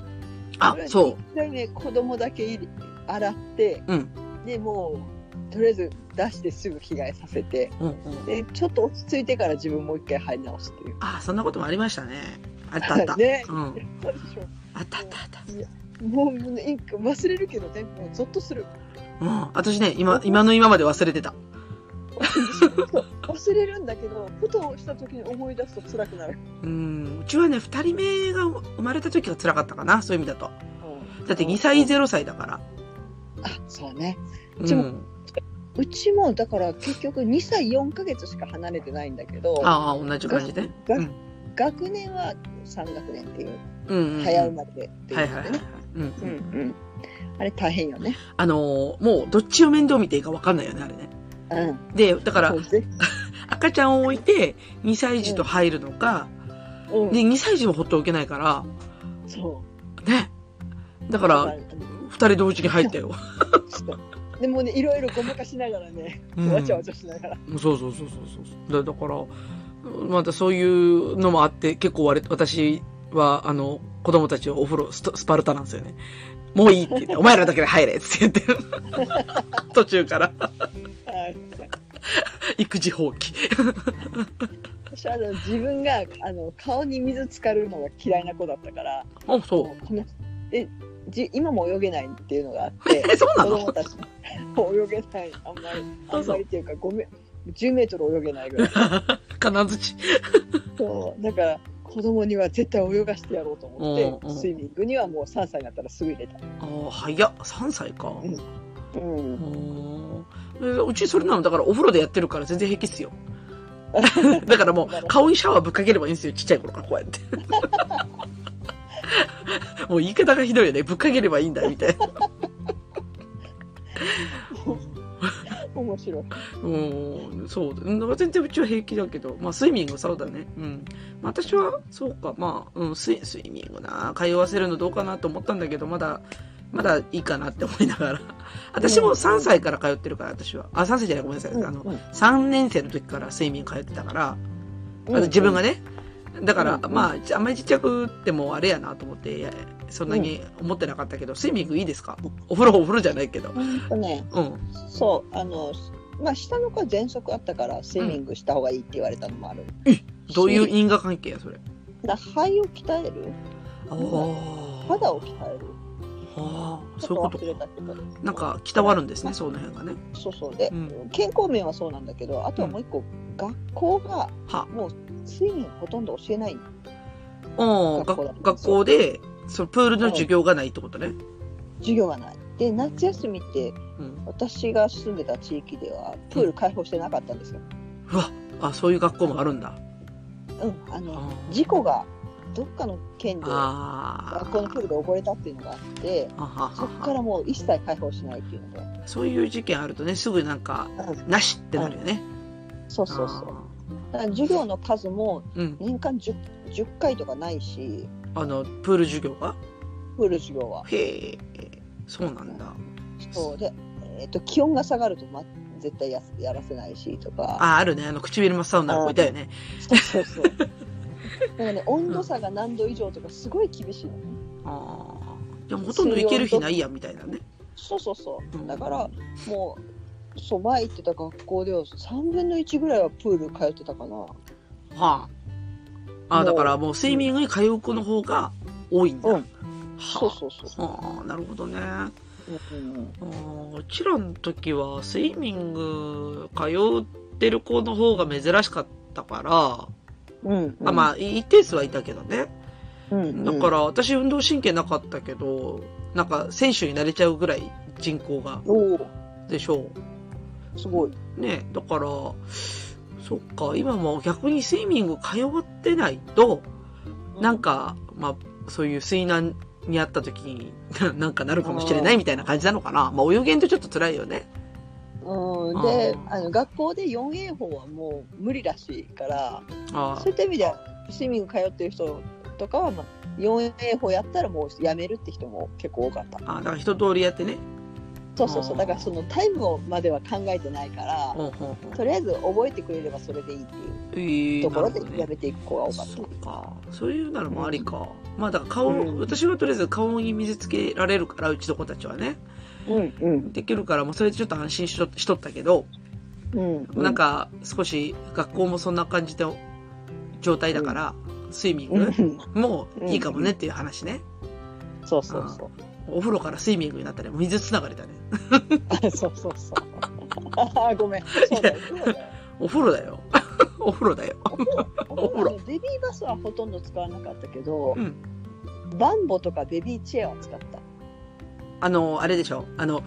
B: あ、そ
C: 1回ね子供だけ入れ洗って、
B: うん
C: でもうとりあえず出してすぐ着替えさせて
B: う。うんうん。
C: でちょっと落ち着いてから自分もう一回入り直すっていう
B: あ、そんなこともありましたね。あったあった。
C: [laughs] ね
B: うん。
C: そうでしょ
B: あったあったあった。
C: もうなんか忘れるけどねもうゾッとする [laughs]
B: うん。私ね、今、今の今まで忘れてた。
C: 忘れるんだけどふとした時に思い出すと辛くなる、
B: うん。うちはね、二人目が生まれた時が辛かったかな。そういう意味だと。だって2歳0歳だから。
C: あそうね
B: う
C: うちも
B: ん。
C: うちもだから結局2歳4ヶ月しか離れてないんだけど
B: ああ、同じ感じで。う
C: が
B: ん。
C: 学年は3学年っていう
B: うんうんうん。
C: 早生まれでって
B: はいいうはいは
C: ので
B: いは
C: ね
B: い。うんう
C: うん
B: ん。
C: うんあれ大変よね
B: あのー、もうどっちを面倒見ていいか分かんないよね、あれね。
C: うん
B: で、だから
C: そうぜ
B: 赤ちゃんを置いて2歳児と入るのか、
C: うん
B: で、2歳児もほっとおけないから、
C: そ
B: ね。だ
C: う
B: か
C: だ
B: ら、
C: から
B: 2人同時に入った
C: [laughs]
B: よ。
C: そうでもねいろいろごまかしながらね
B: うん
C: わちゃわちゃしながら、
B: そうそうそうそうそう。だだから、またそういうのもあって、結構割れ私は、あの、子供たちをお風呂ストスパルタなんですよね。もういいって言って、お前らだけで入れっつって
C: [laughs]
B: 言ってる。途中から、
C: はい
B: 育児放棄。
C: 私はあの自分があの顔に水浸かるのが嫌いな子だったから
B: あ、そ
C: もうこのでじ今も泳げないっていうのがあって
B: う。え、 [laughs] そうな
C: 子
B: の
C: 供たちもう泳げないあんまりあ
B: そうんそう
C: まりっていうかごめん10メートル泳げないぐらい
B: 金槌。
C: そうだから子供には絶対泳がしてやろうと思って、
B: うんうん
C: スイミングにはもう3歳になったらすぐ入れた、
B: ああ、早っ。3歳か。
C: うんうん、
B: ううちそれなの、だからお風呂でやってるから全然平気っす [laughs] よ。だからもう、顔にシャワーぶっかければいいんですよ。ちっちゃい頃からこうやって。 [laughs] もう言い方がひどいよね。ぶっかければいいんだ、みたいな。
C: 面白い
B: うん、そう。だから全然うちは平気だけど。まあ、スイミングそうだね。うん。まあ、私は、そうか、まあ、うん、スイスイミングな、通わせるのどうかなと思ったんだけど、まだ、まだいいかなって思いながら。 [laughs] 私も3歳から通ってるから、私は。あ、3歳じゃない、ごめんなさい。あの、3年生の時から睡眠通ってたから、あと自分が
C: ね
B: ね、だから、
C: うん
B: まあ、あんまりちっちゃくてもあれやなと思って、いやそんなに思ってなかったけど、スイミングいいですかお風呂お風呂じゃないけど。
C: うんとね
B: うん。
C: そうあのまあ下の子は喘息あったからスイミングした方がいいって言われたのもある、
B: どういう
C: し
B: 因果関係や、それ。
C: だ肺を鍛える
B: ああ。
C: 肌を鍛える
B: ああ、
C: ち
B: そういう
C: ょ
B: こ
C: っと
B: と
C: 忘れ
B: か。
C: たけど
B: なんか、きたわるんですね、その辺がね。
C: そうそうで、
B: うん
C: 健康面はそうなんだけどあとはもう一個、学校が
B: は。
C: もうスイミングほとんど教えない
B: うん、
C: 学校だ
B: 学学校で、そのプールの授業がないってことね。
C: 授業がないで夏休みって
B: うん。
C: 私が住んでた地域ではプール開放してなかったんですよ、
B: うわ、あ、そういう学校もあるんだ。
C: うん、あの
B: あー
C: 事故がどっかの県で
B: ああ。
C: 学校のプールが溺れたっていうのがあって
B: はははは
C: そこからもう一切解放しないっていうので、
B: そういう事件あるとね、すぐなんか、
C: うん
B: なしってなるよね。
C: そうそうそうだから授業の数も
B: あーうん。
C: 年間 10, 10回とかないし
B: あの、プール授業が
C: プール授業は
B: へえ、そうなんだ。
C: そうで、えー、と気温が下がると、ま、絶対やすやらせないしとか
B: あ、あるね。あの、唇真っ青になる子いたよね。
C: そうそ
B: [laughs]
C: うそうだからね温度差が何度以上とかすごい厳しいのね
B: ああ。でもほとんど行ける日ないや、みたいなね。
C: そうそうそ
B: うん
C: うだからもうそう前行ってた学校では3分の1ぐらいはプール通ってたかな
B: はあ。あ
C: も
B: あ、
C: う
B: だからもう、スイミングに通う子の方が多いんだ。
C: うん
B: は
C: そう
B: あ。
C: そうそう
B: はあ、なるほどね。あ
C: うんうん
B: ーうちらの時は、スイミング通ってる子の方が珍しかったから、
C: うんうん
B: あまあ、一定数はいたけどね。
C: うんうん
B: だから、私運動神経なかったけど、なんか選手になれちゃうぐらい人口が
C: おお
B: でしょ。
C: すごいう
B: ね。だから、そっか、今も逆にスイミング通ってないと、なんか、まあ、そういう水難にあった時に、ななんかなるかもしれないみたいな感じなのかな。まあ、泳げんとちょっと辛いよね。
C: うん、で
B: あー
C: あの学校で 4A 法はもう無理らしいから
B: あ
C: そういった意味ではスイミング通ってる人とかは、まあ、4A 法やったらもうやめるって人も結構多かった
B: あ、だから一通りやってね。
C: そうそうそううんだからそのタイムをまでは考えてないから、
B: ほうほうほ
C: とりあえず覚えてくれればそれでいいって
B: う。え
C: いう
B: え
C: ところで
B: なるほど
C: や
B: ね
C: めていく子が多かった、
B: そうか。そういうならもありか。まあだから顔、
C: うん
B: 私はとりあえず顔に水つけられるから、うちの子たちはね。
C: うんうん
B: できるから、もうそれでちょっと安心しとしとったけど、
C: うんう
B: なんか少し学校もそんな感じの状態だから、スイミン
C: う
B: グ
C: ん
B: もいいかもねっていう話ね。
C: そうそうそう
B: お風呂からスイミングになったら水つながりだね。
C: あそうそうそうあーごめんそうだよそうだよ
B: お風呂だよ。 [laughs] お風呂だよ。お風呂
C: あのベビーバスはほとんど使わなかったけど、
B: うん
C: バンボとかベビーチェアを使った
B: あの、あれでしょ。あの、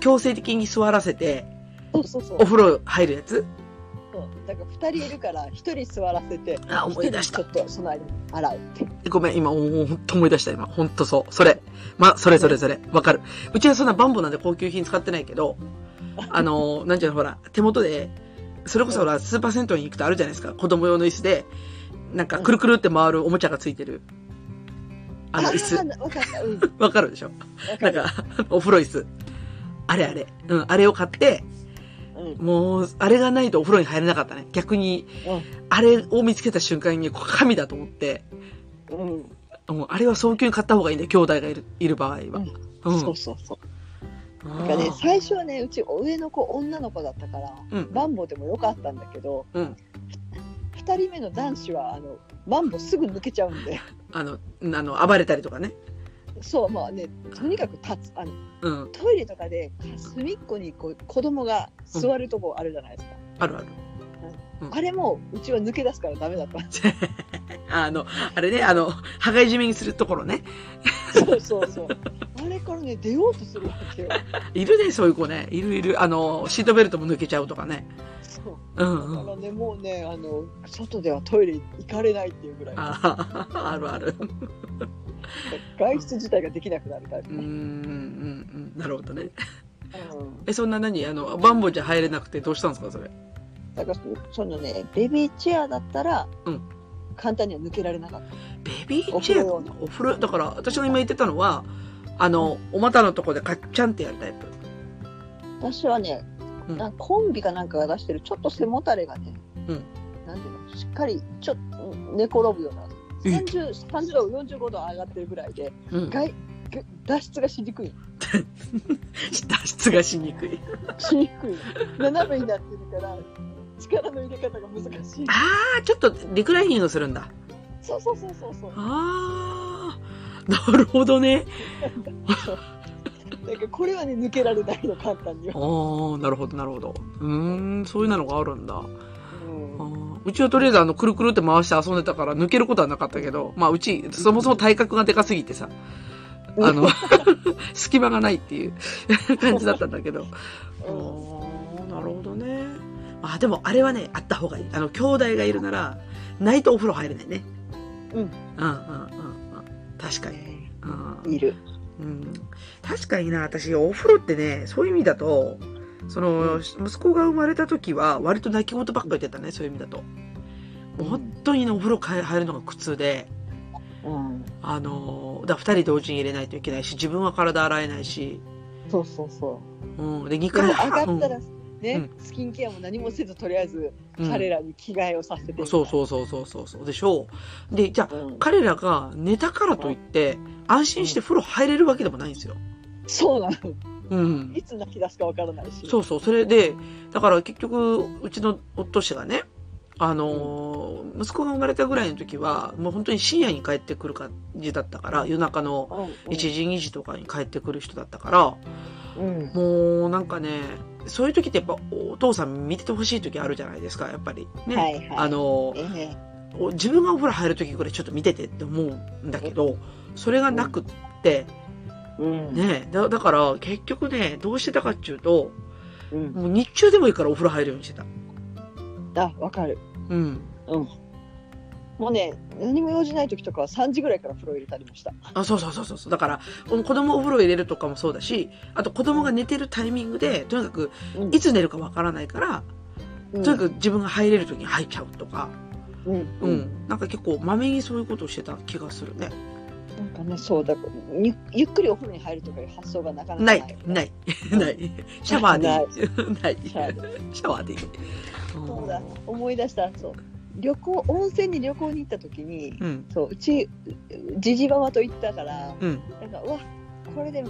B: 強制的に座らせて、
C: そうそうそう
B: お風呂入るやつ
C: そうだから2人いるから1人座らせて
B: あ、思い出し
C: 一
B: た。
C: 人ちょっとその間に洗うっていう
B: ごめん、今、おほんと思い出した、今。ほんとそう。それ。ま、それそれそれ。わかる。うちはそんなバンボなんで高級品使ってないけど、あの、なんちゅうの、ほら、手元で、それこそほら、スーパー銭湯に行くとあるじゃないですか。子供用の椅子で、なんか、くるくるって回るおもちゃがついてる。あの、椅子。
C: ーわかったうん
B: わかるでしょ
C: わ
B: な
C: か
B: ん
C: る
B: か、 [laughs] お風呂椅子。あれあれ。うん、あれを買って、
C: うん
B: もう、あれがないとお風呂に入れなかったね。逆に、あれを見つけた瞬間に、こう神だと思って、
C: うんうん
B: もうあれは早急に買った方がいいんだよ、兄弟がいるいる場合は。
C: ん
B: うん。
C: そうそうそう
B: あ
C: だ
B: ー
C: からね最初はねうち上の子女の子だったから
B: うん。
C: バンボでもよかったんだけど、
B: うん
C: 2人目の男子はあのバンボすぐ抜けちゃうんで [laughs]
B: あの、んあの、暴れたりとかね。
C: そうまあねとにかく立つあの
B: うん。
C: トイレとかで隅っこにこう子供が座るとこあるじゃないですか、
B: あるある。うん
C: あれもうちは抜け出すからダメだった [laughs]
B: あの、あれね、あの、羽がいじめにするところね。
C: そうそうそうあれからね出ようとするわけよ
B: いるね、そういう子ね。いるいる。あの、シートベルトも抜けちゃうとかね。
C: そう
B: うん
C: だ
B: う
C: か
B: ん。
C: らねもうねあの外ではトイレ行かれないっていうぐらい
B: あーあるある。
C: 外出自体ができなくなるタイプ、
B: うーん、うん、うん。なるほどね。
C: うん
B: え、そんな何あの、バンボじゃ入れなくてどうしたんですか、それ。
C: だからそのねベビーチェアだったら、
B: うん
C: 簡単には抜けられなかった
B: ベビーチェアお風呂、だから私が今言ってたのは、あの、お股のとこでカッチャンってやるタイプ。
C: 私はね、
B: うん
C: なんかコンビかなんかが出してるちょっと背もたれがね、
B: うん
C: なんていうのしっかりちょっと寝転ぶような
B: え
C: 30 30度45度上がってるぐらいで
B: うん。
C: 外ぐ脱出がしにくい
B: 脱出がしにくい。
C: しにくい斜めになってるから力の入れ方が難しい
B: あー、ちょっとリクライニングするんだ。
C: そうそうそうそうそう
B: あー、なるほどね。
C: だからこれはね抜けられないの簡単に
B: あ
C: は、
B: ー、なるほど、なるほど。うーん、そういうのがあるんだ。
C: うん
B: あーうちはとりあえずあの、くるくるって回して遊んでたから抜けることはなかったけど、まあうち、そもそも体格がでかすぎてさ、あの、 [laughs] 隙間がないっていう [laughs] 感じだったんだけど。
C: うん
B: あーなるほどね。あ、でもあれはね、あった方がいい。あの、兄弟がいるなら、ないとお風呂入れないね。
C: うん
B: うんうんうんうん。確かに。うん
C: いる
B: うん、確かにな、私、お風呂ってね、そういう意味だと、その、
C: うん
B: 息子が生まれた時は、割と泣き言ばっかり言ってたね、そういう意味だと。もう本当にね、お風呂か入るのが苦痛で、
C: うん
B: あのー、だから二人同時に入れないといけないし、自分は体洗えないし、
C: そうそうそ
B: うん。で、二
C: うでも
B: 回
C: 上がったら、
B: うん
C: ね、スキンケアも何もせずとりあえず
B: うん
C: 彼らに着替えをさせてみたいな
B: そうそうそうそうそうそう。でしょう。で、じゃあ、
C: うん
B: 彼らが寝たからといって、安心して風呂入れるわけでもないんですよ。
C: そうなの
B: うん。
C: いつ泣き出すかわからないし
B: そうそう、それで、だから結局、うちの夫氏がね、あのー息子が生まれたぐらいの時は、もう本当に深夜に帰ってくる感じだったから、夜中の
C: うんうん
B: 1時、2時とかに帰ってくる人だったから、
C: うん
B: もうなんかね、そういう時ってやっぱお父さん見ててほしい時あるじゃないですか、やっぱり。ね。
C: はいはい
B: あのー
C: ええ
B: お自分がお風呂入る時ぐらいちょっと見ててって思うんだけど、それがなくって、
C: うん
B: ね、だだから結局ね、どうしてたかっていうと、
C: うん
B: もう日中でもいいからお風呂入るようにしてた。
C: あわかる
B: うん。
C: もうね何も用事ない時とかは3時ぐらいから風呂入れたりもした
B: あそうそうそうそうそう。だから、この子供お風呂入れるとかもそうだし、あと子供が寝てるタイミングで、とにかく、
C: うん
B: いつ寝るかわからないから、
C: う
B: とにかく自分が入れる時に入っちゃうとか、
C: うん
B: うん。なんか結構、まめにそういうことをしてた気がするね。
C: なんかね、そうだゆ、ゆっくりお風呂に入るとかいう発想がなかなか
B: な
C: ない。
B: い、ない、ない。 [laughs] シャワーでいい。 [laughs] ない。
C: シャワー
B: シャワーでいい。
C: そうだ、思い出した、そう。旅行、温泉に旅行に行った時に、
B: うん。
C: そう、うち、じじばばと行ったから、
B: うん。
C: なんか、うわ、これで、わ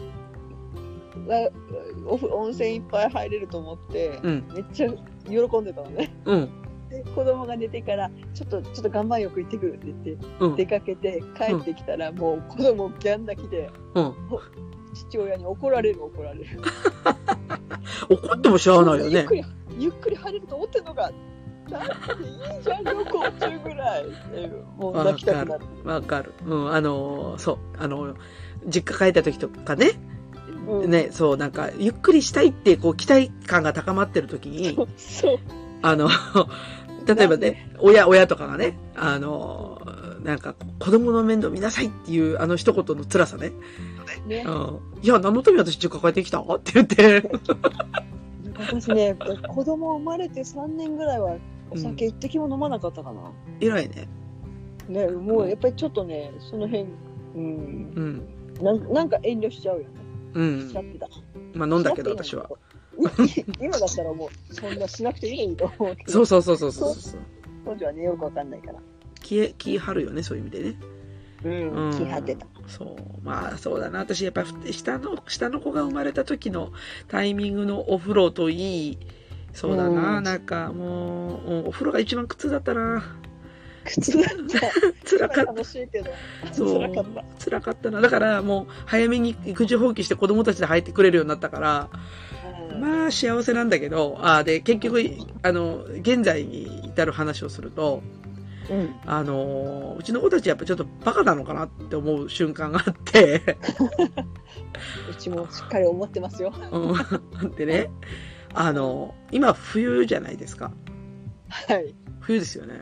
C: お風温泉いっぱい入れると思って、
B: うん。
C: めっちゃ喜んでたのね。
B: うん。
C: で、子供が寝てから、ちょっと、ちょっと岩盤浴行ってくるって言って、
B: うん。
C: 出かけて帰ってきたら、もう子供ギャン泣きで、
B: うん。
C: 父親に怒られる怒られる。
B: 怒ってもしゃあないよ
C: ゆっ
B: ね
C: く。りゆっくり入れると思ってんのか。だっていいじゃん旅行中ぐらいっていうもう泣きたくなる。
B: わかる。うん。あのーそう。あのー実家帰った時とかね、
C: うん、
B: ね、そう、なんか、ゆっくりしたいって、こう、期待感が高まってる時に、
C: そう。
B: あの、例えばね、親、親とかがね、あのー、なんか、子供の面倒見なさいっていう、あの一言の辛さね。
C: ね
B: う。ん。いや、何のために私実家帰ってきたって言って。
C: 私ね子供生まれて3年ぐらいはお酒一滴も飲まなかったかな。
B: 偉いね。
C: ねもうやっぱりちょっとねその辺うん
B: うん。
C: なんなんか遠慮しちゃうよね。
B: う
C: しちゃっ
B: ん。
C: てた。
B: まあ飲んだけど私
C: しちゃっ
B: は
C: て。いいの。今だったらもうそんなしなくていいのにと思うけど。
B: そうそうそうそうそうそう。
C: 当時はねよくわかんないから。
B: 気え、気張るよね、そういう意味でね。
C: うん。気張ってた。
B: そう。まあそうだな。私やっぱ下の、下の子が生まれた時のタイミングのお風呂といい、そうだな。
C: うん
B: なんかもう、うんお風呂が一番苦痛だったな。
C: 靴だった。
B: 辛かっ
C: 楽しいけど。
B: た。そ
C: 辛かった
B: う。。辛かったな。だからもう早めに育児放棄して子供たちで入ってくれるようになったから、
C: うん
B: まあ幸せなんだけど、ああ、で、結局、あの、現在に至る話をすると、
C: うん
B: あのーうちの子たちやっぱちょっとバカなのかなって思う瞬間があって、
C: うちもしっかり思ってますよ。
B: うん、でね、あのー今冬じゃないですか。
C: はい。
B: 冬ですよね。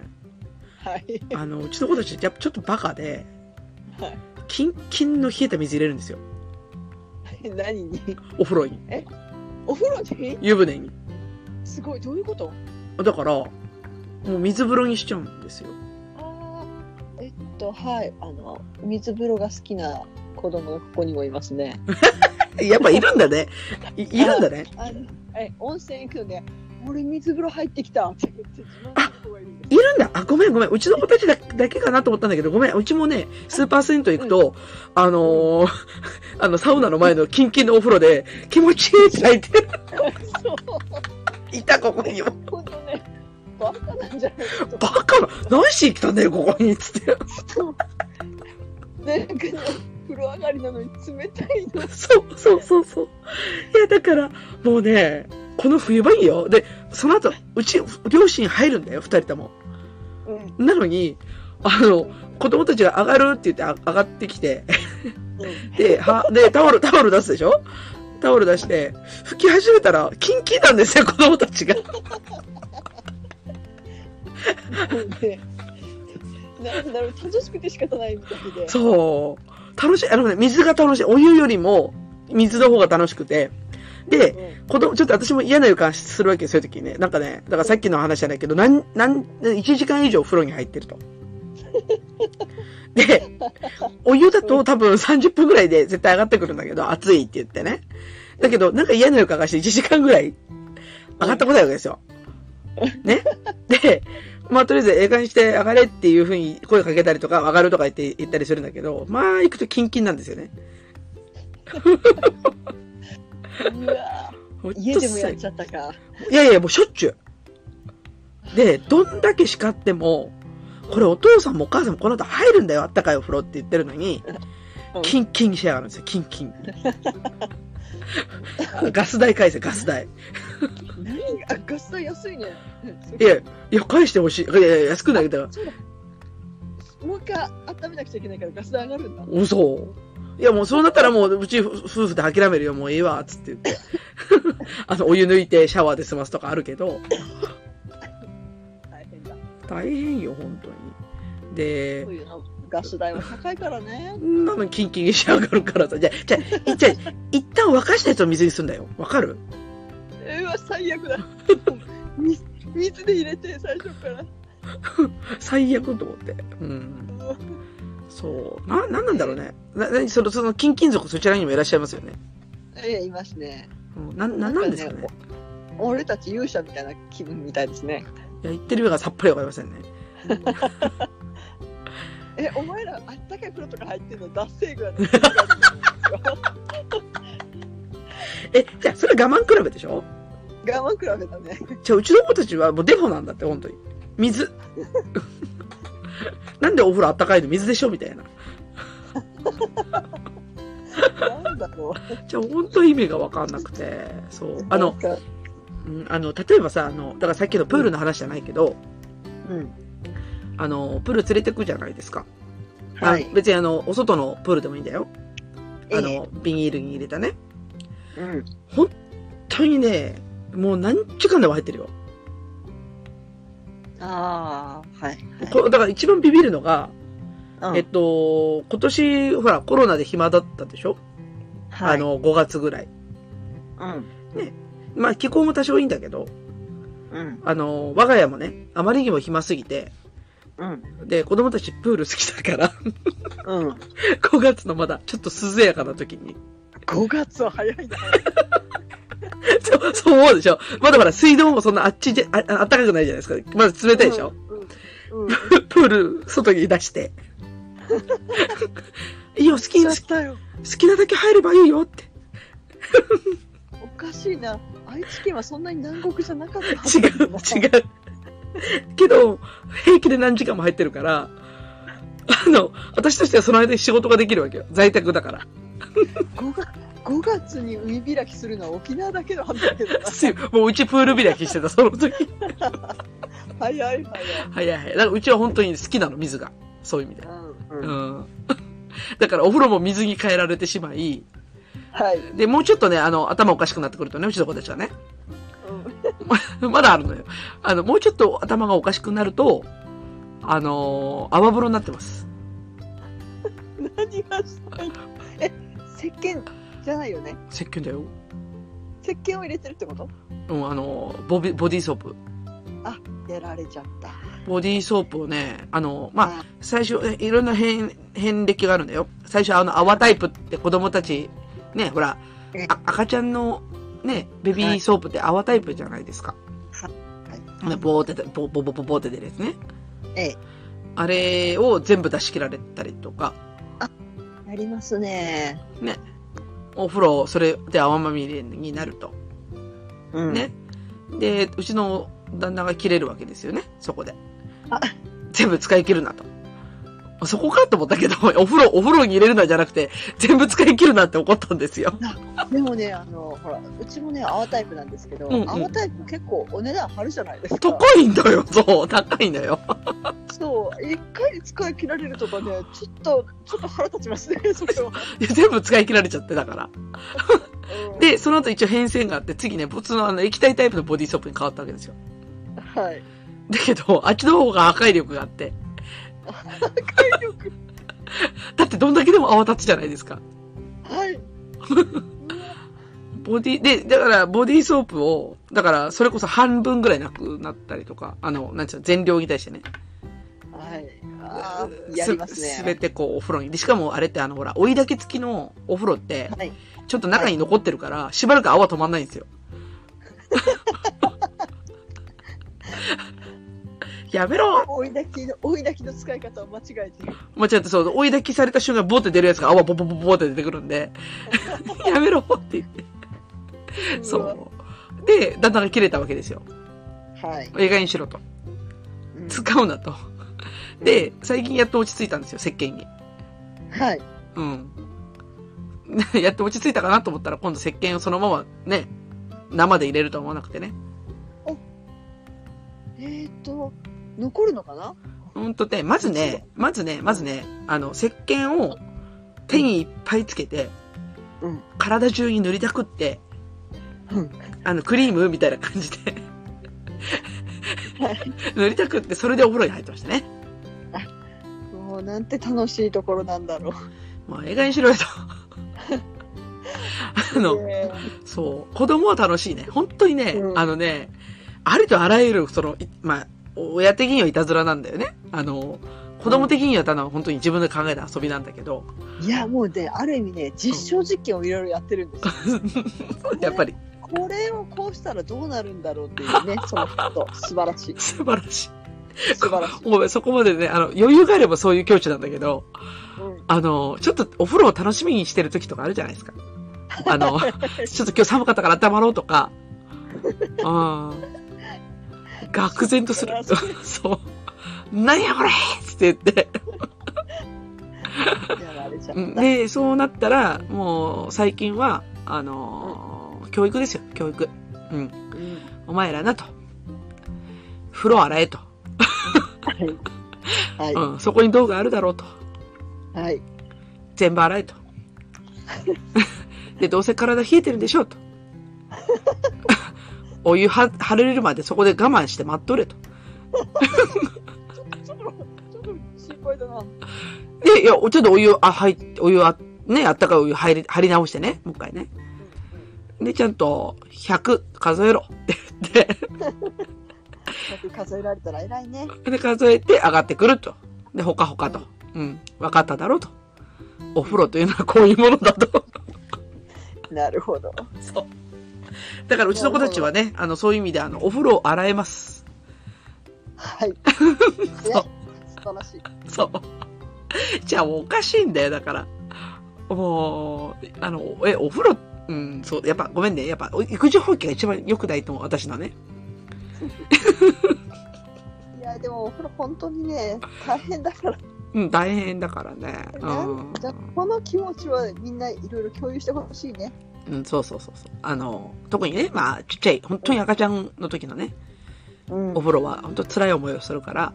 C: はい。
B: あの、うちの子たちやっぱちょっとバカで
C: はい、
B: キンキンの冷えた水入れるんですよ。
C: 何に。
B: お風呂に、
C: お風呂に。
B: 湯船に。
C: すごい、どういうこと。
B: だから、もう水風呂にしちゃうんですよ。
C: ああ。えっと、はい、あの、水風呂が好きな子供がここにもいますね。
B: やっぱいるんだね。いいるんだね。
C: あの、え、温泉行くので、俺水風呂入ってきたって言って、自慢の子がいるんです
B: いるんだ。あ、ごめんごめん。うちの子たちだだけかなと思ったんだけど、ごめん。うちもね、スーパー銭湯行くと、あのーあの、サウナの前のキンキンのお風呂で、気持ちいいって泣いてる。
C: そう、
B: いた、ここに。
C: 本当ね。バカなんじゃないかと。
B: バカな。何しに来たんだよ、ここに。つって。
C: ねなんかね、風呂上がりなのに冷たいの。
B: そう、そう、そう、そう。いや、だから、もうね、この冬場いいよ。で、その後、うち、両親入るんだよ、二人とも。
C: うん。
B: なのに、あの、子供たちが上がるって言ってあ上がってきて、で、は、で、タオル、タオル出すでしょタオル出して、拭き始めたら、キンキンなんですよ、子供たちが。
C: もうね、なんだろう、楽しくて仕方ないみたいで。
B: そう。楽しい、あのね、水が楽しい。お湯よりも、水の方が楽しくて。で、
C: うん
B: 子供、ちょっと私も嫌な予感するわけよ、そういう時ね。なんかね、だからさっきの話じゃないけど、なん、なん、1時間以上お風呂に入ってると。で、お湯だと多分30分ぐらいで絶対上がってくるんだけど、暑いって言ってね。だけど、なんか嫌な予感がして1時間ぐらい上がったことないわけですよ。ね。で、まあとりあえず映画にして上がれっていうふうに声かけたりとか、上がるとか言って言ったりするんだけど、まあ行くとキンキンなんですよね。
C: うわ
B: ほんと
C: 家でもやっ
B: 最
C: ちゃったか。
B: いやいや、もうしょっちゅう。で、どんだけ叱っても、これお父さんもお母さんもこの後入るんだよ、あったかいお風呂って言ってるのに、
C: うん
B: キンキンにしやがるんですよ、キンキン。ガス代返せ、ガス代。
C: 何があガス代安いね。
B: いや、いや、返してほしい。いやいや、安くないだから、
C: そうだ。もう一回温めなくちゃいけないからガス代上がるんだ。
B: 嘘。いや、もうそうなったらもう、うち夫夫婦で諦めるよ、もういいわ、つって言って。 [laughs] あの、お湯抜いてシャワーで済ますとかあるけど、
C: 大変だ。
B: 大変よ、本当に。で
C: こう、いうのガス代は高いからね。
B: なのにキンキンに仕上がるからさ。じゃあ、じゃあ、じゃあ一旦沸かしたやつを水にするんだよ。わかる
C: うわ最悪だ。水水で入れて最初から。
B: 最悪と思って。うん。そう。な、なんなんだろうね。な、なその、その、金金属そちらにもいらっしゃいますよね。
C: ええいますね。
B: うん、な、な、なんですかね。
C: お俺たち勇者みたいな気分みたいですね。
B: いや、言ってる意味がさっぱりわかりませんね。 [laughs]
C: え、お前らあったかい風呂とか入ってんの、脱水ぐらいの気分があるんですよ。
B: え、じゃあ、それ我慢比べでしょ
C: 我慢比べだね。
B: じゃあ、うちの子たちはもうデフォなんだって、本当に。水。 [laughs] なんでお風呂あったかいの水でしょみたいな。
C: なんだろう。
B: じゃあ、本当意味がわかんなくて。そう。あの
C: なん、か
B: うんあの、例えばさ、あの、だからさっきのプールの話じゃないけど、
C: うん。
B: あの、プール連れてくじゃないですか。
C: はい
B: あの別にあの、お外のプールでもいいんだよ。あ
C: え
B: の、ビニールに入れたね。
C: え、うん。
B: 本当にね、もう何時間でも入ってるよ。
C: ああ、はい、
B: こだから一番ビビるのが、
C: はい。
B: えっと、今年、ほら、コロナで暇だったでしょ、あ、の、5月ぐらい。
C: うん、
B: まあ、気候も多少いいんだけど、
C: うん、
B: あの、我が家もね、あまりにも暇すぎて、
C: うん、
B: で、子供たちプール好きだから、 [laughs]
C: うん。
B: 5月のまだ、ちょっと涼やかな時に。
C: 5月は早いな。
B: [laughs] そう、そう思うでしょまだほら、水道もそんなあっちで、あ、ああったかくないじゃないですか。まだ冷たいでしょ、
C: うん。うん。うん、
B: プール、外に出
C: [laughs]
B: して。いいよ、好き、
C: や
B: 好
C: っ
B: き
C: たよ。
B: 好きなだけ入ればいいよって。
C: おかしいな。愛知県はそんなに南国じゃなかったはず
B: 違
C: だけど
B: う、違う。けど、平気で何時間も入ってるから、あの、私としてはその間に仕事ができるわけよ。在宅だから。
C: 5月5月に海開きするのは沖縄だけの話だけどな
B: すもううちプール開きしてた、その時。
C: 早い早い、
B: 早い早い。だからうちは本当に好きなの、水が。そういう意味で
C: う。
B: う
C: んうん、
B: ん。だからお風呂も水に変えられてしまい、
C: はい、
B: で、もうちょっとね、あの、頭おかしくなってくるとね、うちの子たちはね。 [laughs] まだあるのよ。あの、もうちょっと頭がおかしくなると、あのー泡風呂になってます。
C: うん、何がしたいのえ石鹸じゃないよね
B: 石鹸だよ。
C: 石鹸を入れてるってこと
B: うん、あのーボビ、ボディーソープ。
C: やられちゃった
B: ボディーソープをね、あの、まあ、最初、えいろんな変、変歴があるんだよ。最初、あの、泡タイプって子供たち、ね、ほら
C: え、
B: あ赤ちゃんの、ね、ベビーソープって泡タイプじゃないですか。ねボーって、ボボボボボーって出るやつね。
C: ええ
B: あれを全部出し切られたりとか、
C: やりますね
B: お風呂、それで泡まみれになると。
C: うん
B: ね。で、うちの旦那が切れるわけですよね、そこで
C: あ。
B: 全部使い切るなと。そこかと思ったけど、お風呂、お風呂に入れるなじゃなくて、全部使い切るなって怒ったんですよ。
C: でもねあのほらうちもね泡タイプなんですけど、
B: うんうん
C: 泡タイプ結構お値段張るじゃないですか
B: 高いんだよ、そう、高いんだよ。
C: そう一回で使い切られるとかねちょっとちょっと腹立ちま
B: [laughs]
C: すねそれは、
B: いや全部使い切られちゃって、だから。
C: うん、
B: で、その後一応変遷があって、次ね、普通のあの液体タイプのボディーソープに変わったわけですよ。
C: はい
B: だけど、あっちの方が破壊力があ
C: [laughs]
B: って、
C: 体力
B: [laughs] だってどんだけでも泡立つじゃないですか。
C: はい。
B: ボディ、で、だから、ボディーソープを、だから、それこそ半分ぐらいなくなったりとか、あの、なんちゅうの、全量に対してね。
C: はい。あーやりますね。
B: べてこう、お風呂に。で、しかも、あれって、あの、ほら、追いだけ付きのお風呂って、
C: はい。
B: ちょっと中に残ってるから、しばらく泡止まんないん
C: [laughs]
B: ですよ。やめろ
C: 追いだきの、追いだきの使い方を間違えてる。
B: 間違ってそう、追いだきされた瞬間、ボーって出るやつが泡ボボボボボって出てくるん
C: [laughs]
B: で、やめろって言って、そう。で、旦那が切れたわけですよ。
C: わ。はい。
B: 映画にしろと。
C: うん
B: 使うなと。で、最近やっと落ち着いたんですよ、石鹸に。
C: はい。
B: うん。 [laughs] やっと落ち着いたかなと思ったら、今度石鹸をそのままね、生で入れるとは思わなくてね。
C: えっと、残るのかな
B: ほんとね、まずね、まずね、まずね、あの、石鹸を手にいっぱいつけて、
C: うん
B: 体中に塗りたくって、
C: うん
B: あの、クリームみたいな感じ
C: [laughs]
B: で
C: はい。
B: 塗りたくって、それでお風呂に入ってましたね。
C: もうなんて楽しいところなんだろう。
B: もう映画にし
C: [laughs]
B: ろよと。あの、
C: ね
B: そう。子供は楽しいね。本当にね、
C: うん
B: あのね、ありとあらゆる、その、いまあ、お親的にはいたずらなんだよね。あの、子子供的にはただ本当に自分で考えた遊びなんだけど、 [laughs]
C: いやもうねある意味ね実証実験をいろいろやってるんですよ
B: やっぱり
C: これをこうしたらどうなるんだろうっていう
B: [laughs]
C: ねそのこと素晴らしい
B: 素晴らしい。
C: 素晴ら
B: [laughs]
C: しい、
B: もうそこまでね、あの、余裕があればそういう境地なんだけど、
C: うん
B: あの、ちょっとお風呂を楽しみにしてる時とかあるじゃないですか。あ [laughs] の、ちょっと今日寒かったから温まろうと [laughs] か、うん。愕然とする。 [laughs] そう。何やこれって言って。
C: やられちゃっ
B: うん
C: た、
B: で、そうなったら、もう最近は、あの、教育ですよ、教育。うん。
C: うん
B: お前らなと。風呂洗えと。
C: はい、は
B: うん。そこに道具あるだろうと。
C: い、はい、
B: 全部
C: [laughs]
B: 洗えと。で、どうせ体冷えてるんでしょ
C: [laughs]
B: うと。お湯は、張れるまでそこで我慢して待っとれと。
C: ちょっとちょっと心配だな
B: で、いや、ちょっとお湯、あ、はい、お湯あ、ね、あったかいお湯入り、張り直してね、もう一回ね。で、ちゃんと、100数えろって言って、
C: 100数えられたら偉いね
B: で、数えて上がってくると。で、ほかほかと。うん。分かっただろうと。お風呂というのはこういうものだと。
C: なるほど
B: そう。 [laughs] だから、うちの子たちはね、あの、そういう意味で、あの、お風呂を洗えます。 [laughs]
C: はいね素晴らしい
B: そう。 [laughs] じゃあもうおかしいんだよ、だから。もう、あの、え、お風呂、うん、そう、やっぱごめんね、やっぱ育児放棄が一番良くないと思う、私のね。
C: いやでもお風呂本当にね大変だから、ね
B: うん、大変だからね。うん。
C: じゃあこの気持ちはみんないろいろ共有してほしいね
B: うん、そうそうそうそう。あの、特にね、まあ、ちっちゃい、本当に赤ちゃんの時のね、
C: うん
B: お風呂は本当辛い思いをするから、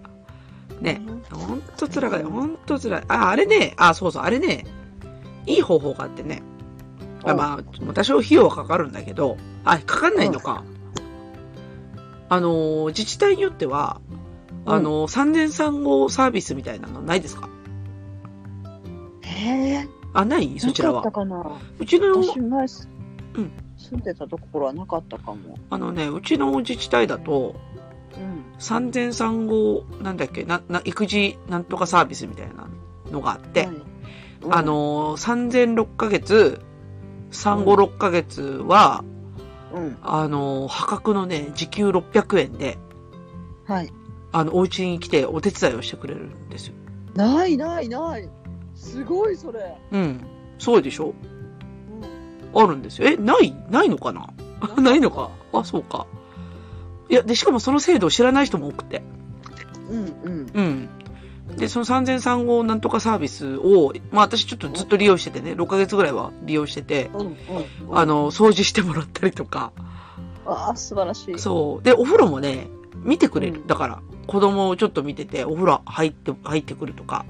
B: ね、本当辛い、本当辛い。あ、あれね、あ、そうそう、あれね、いい方法があってね。あまあ、多少費用はかかるんだけど、あ、かかんないのか。あのー、自治体によっては、あのー、産前産後サービスみたいなのないですか
C: へえ
B: あ、ないそちらは。
C: かな
B: うちの、
C: 私前す、
B: うん
C: 住んでたところはなかったかも、
B: あのね、うちの自治体だと、
C: うん、
B: 産前産後、なんだっけ、な、な、育児なんとかサービスみたいなのがあって、
C: はい
B: あ、のー、産前6ヶ月、産後6ヶ月は、
C: うん、
B: あのー、破格のね、時給600円で、
C: はい
B: あの、お家に来てお手伝いをしてくれるんですよ。
C: ないないないすごいそれ、
B: うん。そうでしょ
C: うん、
B: あるんですよ。え、ないないのかな [laughs] ないのかあ、そうか。いや、で、しかもその制度を知らない人も多くて。
C: うんうん
B: うん。で、その産前産後なんとかサービスを、まあ私ちょっとずっと利用しててね、6ヶ月ぐらいは利用してて、
C: うんうん
B: あの、掃除してもらったりとか。
C: ああ素晴らしい
B: そう。で、お風呂もね、見てくれ
C: う
B: る。
C: ん
B: だから、子供をちょっと見てて、お風呂入って、入ってくるとか、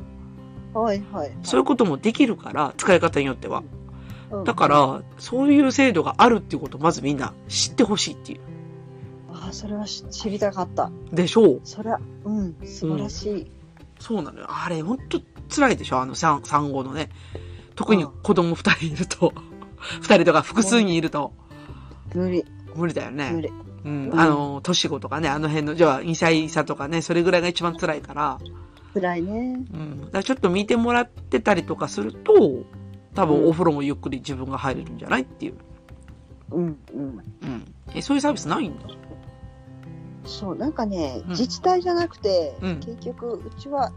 C: はいはい
B: そういうこともできるから、使い方によっては。
C: うん
B: だから、そういう制度があるっていうことをまずみんな知ってほしいっていう。
C: ああそれはし知りたかった
B: でしょう
C: それはうん素晴らしい、
B: そうなのよ。あれ、ほんと辛いでしょあの産産後のね。特に子供二人いると、 [laughs] 二人とか複数人いると、
C: 無理
B: 無理だよ
C: 無
B: ね。
C: 理
B: うん
C: う。ん
B: あの、年子とかね、あの辺の、じゃあ、2歳差とかね、それぐらいが一番辛いから、
C: 辛いね
B: うん。だからちょっと見てもらってたりとかすると、多分お風呂もゆっくり自分が入れるんじゃないっていう。
C: うんうん
B: うん。え、そういうサービスないんだ。
C: そうなんかね、
B: ん
C: 自治体じゃなくて、
B: うん
C: 結局うちは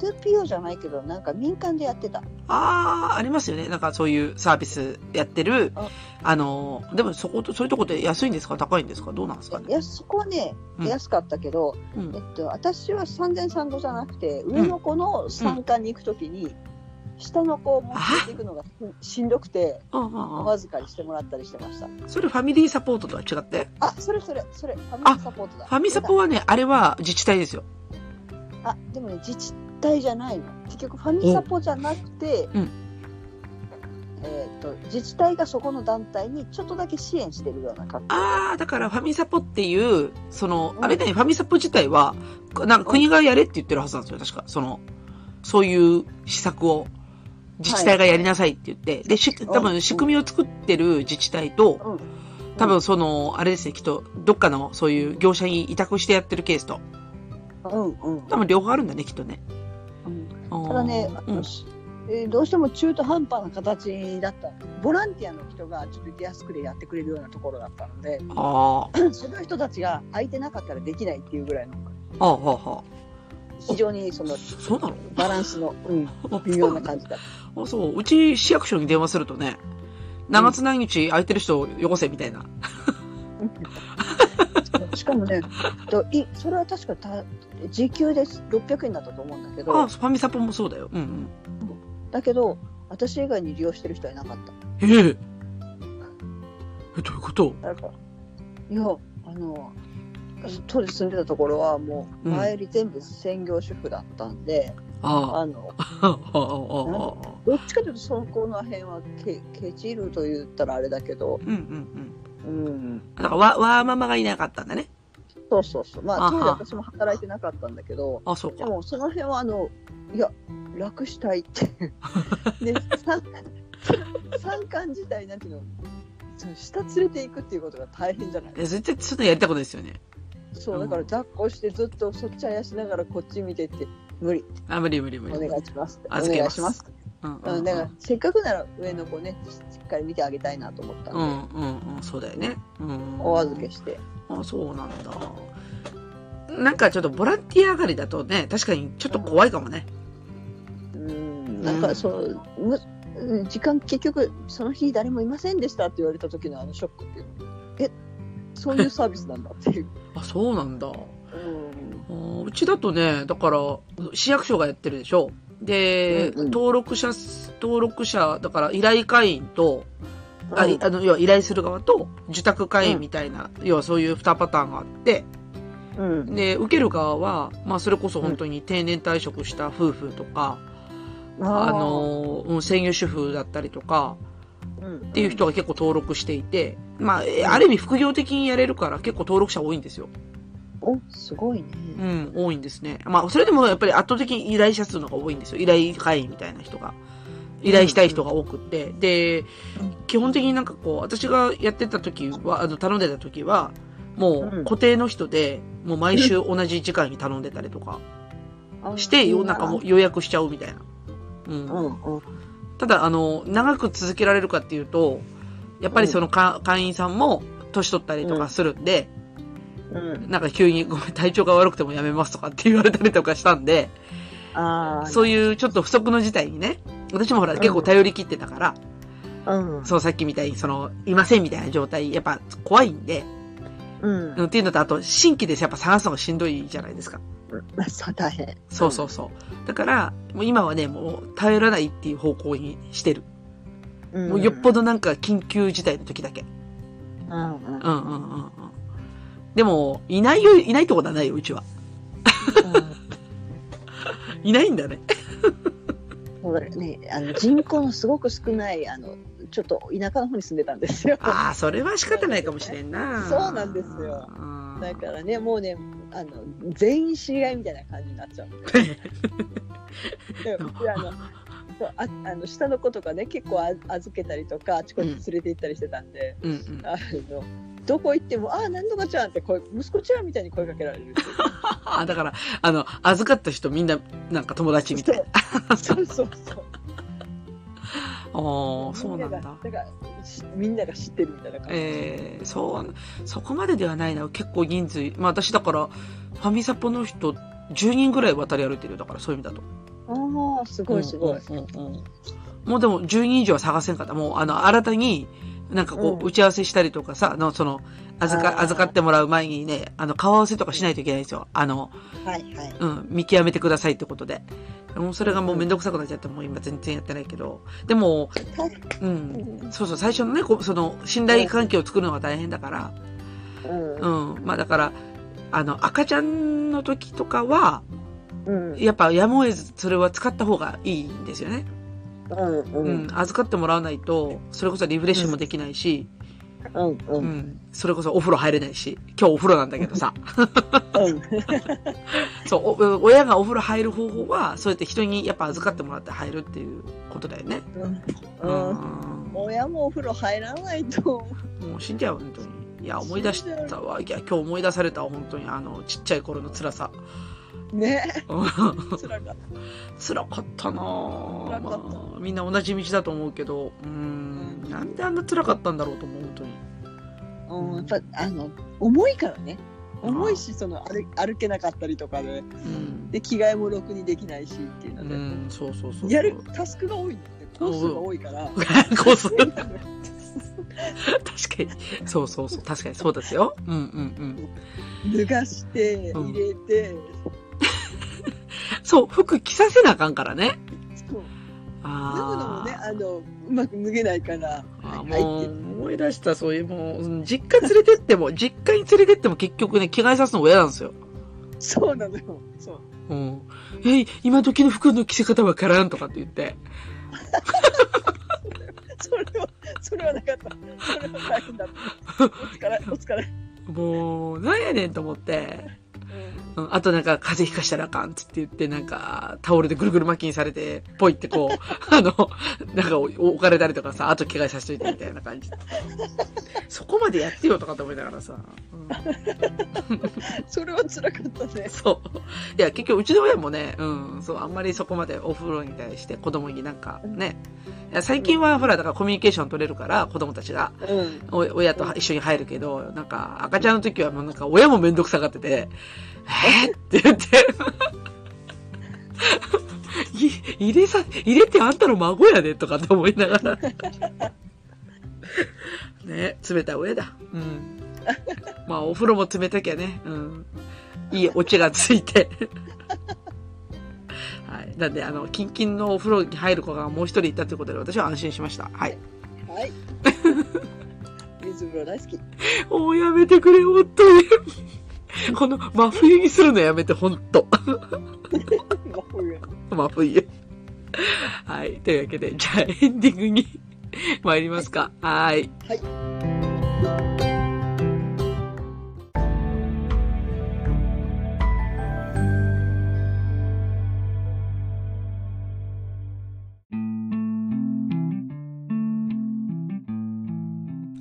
C: NPO じゃないけどなんか民間でやってた
B: ああ、ありますよね。なんかそういうサービスやってる
C: あ。
B: あの、でもそこと、そういうとこって安いんですか高いんですかどうなんですか
C: い
B: ね。
C: やそこはね、
B: うん
C: 安かったけど、
B: うん
C: えっと、私は産前産後じゃなくて上の子の産科に行くときに、下の子を持っていくのがししんどくて
B: うんうんうん
C: お預かりしてもらったりしてました
B: それファミリーサポートとは違って
C: あそれそれそれファミリーサポートだ
B: ファミサポはね、あれは自治体ですよ。
C: あでもね自治体じゃないの結局ファミサポじゃなくて、
B: うん
C: えー、と自治体がそこの団体にちょっとだけ支援してるような感じ
B: ああ、だからファミサポっていう、その
C: う、ん
B: あれね、ファミサポ自体は、なんか国がやれって言ってるはずなんですよ、確か。その、そういう施策を自治体がやりなさいって言って。で、し、多
C: う
B: 分
C: ん
B: 仕組みを作ってる自治体と、
C: うん
B: 多分その、あれですね、きっと、どっかのそういう業者に委託してやってるケースと、
C: うんうん
B: 多分両方あるんだね、きっとね。た
C: ただね、あ
B: う
C: の
B: ん、
C: しえーどうしても中途半端な形だったボランティアの人がちょっと安くでやってくれるようなところだった
B: [laughs]
C: ので
B: あー
C: その人たちが空いてなかったらできないっていうぐらいの
B: あ、はは
C: 非常にその
B: そうなの
C: バランスの、うん、微妙な感じだっ
B: あ、そう。うち市役所に電話するとね、何月何日空いてる人をよこせみたいな。 [laughs]
C: たしかもねといそれは確かた時給で600円だったと思うんだけ
B: あ、
C: ど
B: ファミサポもそうだよ。うん
C: だけど私以外に利用してる人はいなかった
B: うん。ええ。え、どういうこと
C: だからいやあの当時住んでたところはもう
B: うん
C: 前より全部専業主婦だったんで、
B: ああ、
C: あの
B: ああ、ああ。
C: どっちかというとそこの辺はけケチると言ったらあれだけど、
B: うんうんうん。
C: うん、
B: だから、わ、わーママがいなかったんだね。
C: そうそうそうま
B: あは
C: あ当時私も働いてなかったんだけど
B: あ、そう
C: で
B: か。
C: もその辺はあのいや楽したいっていうで三三冠自体なんていうのその下連れていくっていうことが大変じゃない
B: え、絶対そういうのやりたことですよね。
C: そううんだから抱っこしてずっとそっちあやしながらこっち見てって無理
B: あ、無理無理無
C: お
B: 理。
C: 願いしますってお
B: 預け
C: 願
B: ま
C: い
B: す
C: します
B: うんう
C: うんんだからせっかくなら上の子ねしっかり見てあげたいなと思ったん
B: う
C: で、
B: んうんうん、そうだよね。うん。
C: お預けして
B: あ、そうなんだ。なんかちょっとボランティア上がりだとね、確かにちょっと怖いかもね。
C: うんなんかそのむうん時間結局その日誰もいませんでしたって言われた時のあのショックっていうのえそういうサービスなんだっていう、
B: あ、そうなんだ。
C: うん
B: あーうちだとね、だから、市役所がやってるでしょ。で、
C: うんうん
B: 登録者、登録者、だから依頼会員と、あいあの、要は依頼する側と、受託会員みたいな、要はそういう2パターンがあって、
C: うん
B: で、受ける側は、まあ、それこそ本当に定年退職した夫婦とか、あのー、うん専業主婦だったりとか、
C: っ
B: っていう人が結構登録していて、まあ、えある意味副業的にやれるから結構登録者多いんですよ。
C: おすごいね
B: うん、多いんですね。まあ、それでもやっぱり圧倒的に依頼者数の方が多いんですよ。依頼会員みたいな人が。依頼したい人が多くって。で
C: うん、
B: 基本的になんかこう、私がやってた時は、あの、頼んでた時は、も
C: う
B: うん固定の人で、もう毎週同じ時間に頼んでたりとかして、
C: 世
B: 夜
C: の中
B: 中も予約しちゃうみたいな。うん
C: う。んうん
B: ただ、あの、長く続けられるかっていうと、やっぱりそのか会員さんも年取ったりとかするんで、
C: うん
B: なんか急にごめん、体調が悪くてもやめますとかって言われたりとかしたんで、
C: ああ
B: そういうちょっと不足の事態にね、私もほら
C: うん
B: 結構頼り切ってたから、
C: うん
B: そうさっきみたいにその、いませんみたいな状態、やっぱ怖いんで、
C: うん
B: うんっていうのとあと新規でやっぱ探すのがしんどいじゃないですか。
C: まあそう大変
B: そうそうそう。だから、もう今はね、もう頼らないっていう方向にしてる。
C: うん
B: もうよっぽどなんか緊急事態の時だけ。
C: うんうん
B: うんうんうんうん。でも、いないよ、いないってことはないよ、うちは。いないん
C: [laughs]
B: だね。
C: そうだね、あの人口のすごく少ないあのちょっと田舎の方に住んでたんで
B: [laughs]
C: すよ。
B: ああ、それは仕方ないかもしれんな。
C: そうなんですよ
B: うん
C: だからねもうねあの全員知り合いみたいな感じになっ
B: [laughs]
C: ちゃうんででうちあのそうああの下の子とかね結構あ預けたりとかあちこち連れて行ったりしてたんで、
B: うんうん。
C: あのどこ行っても「ああ何とかちゃん」って声息子ちゃんみたいに声かけられるっていう
B: あ、だから、あの、預かった人みんな、なんか友達みたいな。
C: そうそうそう
B: ああー、そうなん
C: み
B: だ
C: が。だからしみんなが知ってるみたいな感じ、
B: ええそう、そこまでではないな。結構人数、まあ私だから、ファミサポの人、10人ぐらい渡り歩いてるよだから、そういう意味だと。
C: ああすごいすごい、
B: うんうんうんうんもうでも10人以上は探せんかった。もうあの、新たに、なんかこう、
C: うん
B: 打ち合わせしたりとかさ、あの、その、預
C: あ
B: か、
C: ー
B: 預かってもらう前にね、あの、顔合わせとかしないといけないんですよ。あの、
C: はいはい
B: うん、見極めてくださいってことで。もうそれがもうめんどくさくなっちゃって、もう今全然やってないけど。でも、うん、そうそう、最初のね、こうその、信頼関係を作るのが大変だから、
C: うん
B: うん、まあだから、あの、赤ちゃんの時とかは、
C: うん
B: やっぱやむを得ず、それは使った方がいいんですよね。
C: うんう
B: うん
C: ん、
B: 預かってもらわないと、それこそリフレッシュもできないし、
C: うんう
B: うんん、それこそお風呂入れないし、今日お風呂なんだけどさ、そう、お親がお風呂入る方法は、そうやって人にやっぱ預かってもらって入るっていうことだよね。
C: うんうん
B: ん
C: 親もお風呂入らないと
B: もう死んじゃう、本当に。
C: [laughs]
B: いや、思い出したわ。いや、今日思い出されたわ、本当に。あの、ちっちゃい頃の辛さ。
C: ね
B: うん
C: 辛かっ
B: 辛かったなぁ
C: 辛かった
B: まあみんな同じ道だと思うけど、うーん、なんであんな辛かったんだろうと思う、本当に。
C: た、うん、やっぱあの重いからね重いしその歩歩けなかったりとかで
B: うん。
C: で着替えもろくにできないしっていうの
B: う
C: で、
B: ん、そうそうそう。[laughs]
C: やるタスクが多いんだよねコースが多いから
B: コ
C: [laughs]
B: ース。確かに。そうそうそう。確かにそうですよ。うんうんうん。
C: 脱がして
B: うん
C: 入れて、
B: そう、服着させなあかんからね。
C: そう脱ぐのも
B: あ
C: ね
B: ー
C: あのうまく脱げないから
B: あー。
C: は
B: も
C: い入っ
B: う
C: て
B: 思い出した、そういう、もう、うん実家連れてっても、実家に連れてっても結局ね、着替えさすのも嫌なんですよ。
C: そうなのよそ
B: う
C: う
B: ん。え、今時の服の着せ方わからんとかって言って。
C: それはそれはなかったそれは大変だったお疲れお疲れ、
B: もう、なんやねんと思って。
C: うん
B: うん、あとなんか、風邪ひかしたらあかんっつって言って、なんか、タオルでぐるぐる巻きにされて、ぽいってこう、 [laughs] あの、なんかお置かれたりとかさ、あと着替えさせといてみたいな感じ。そこまでやってよとかって思いながらさ。うん
C: それは辛かったね
B: そう。いや、結局、うちの親もね、うん、そう、あんまりそこまでお風呂に対して子供になんかね、いや最近はほら、だからコミュニケーション取れるから、子供たちが。
C: うん
B: お親と一緒に入るけど、なんか赤ちゃんの時はもうなんか親もめんどくさがってて、えー、って [laughs] 言って、い入れさ、入れてあんたの孫やでとかって思いながら。 [laughs] ね、冷たい親だ。うん。まあお風呂も冷たきゃね、うん。いいオチがついて。 [laughs] はい。なんで、あの、キンキンのお風呂に入る子がもう一人いたということで、私は安心しました。はい。
C: はい水風呂大好き
B: もうやめてくれ、本当に。この、真冬にするのやめて、本当
C: 真冬
B: 真冬。はい。というわけで、じゃあエンディングに [laughs] 参りますか。はい。
C: はい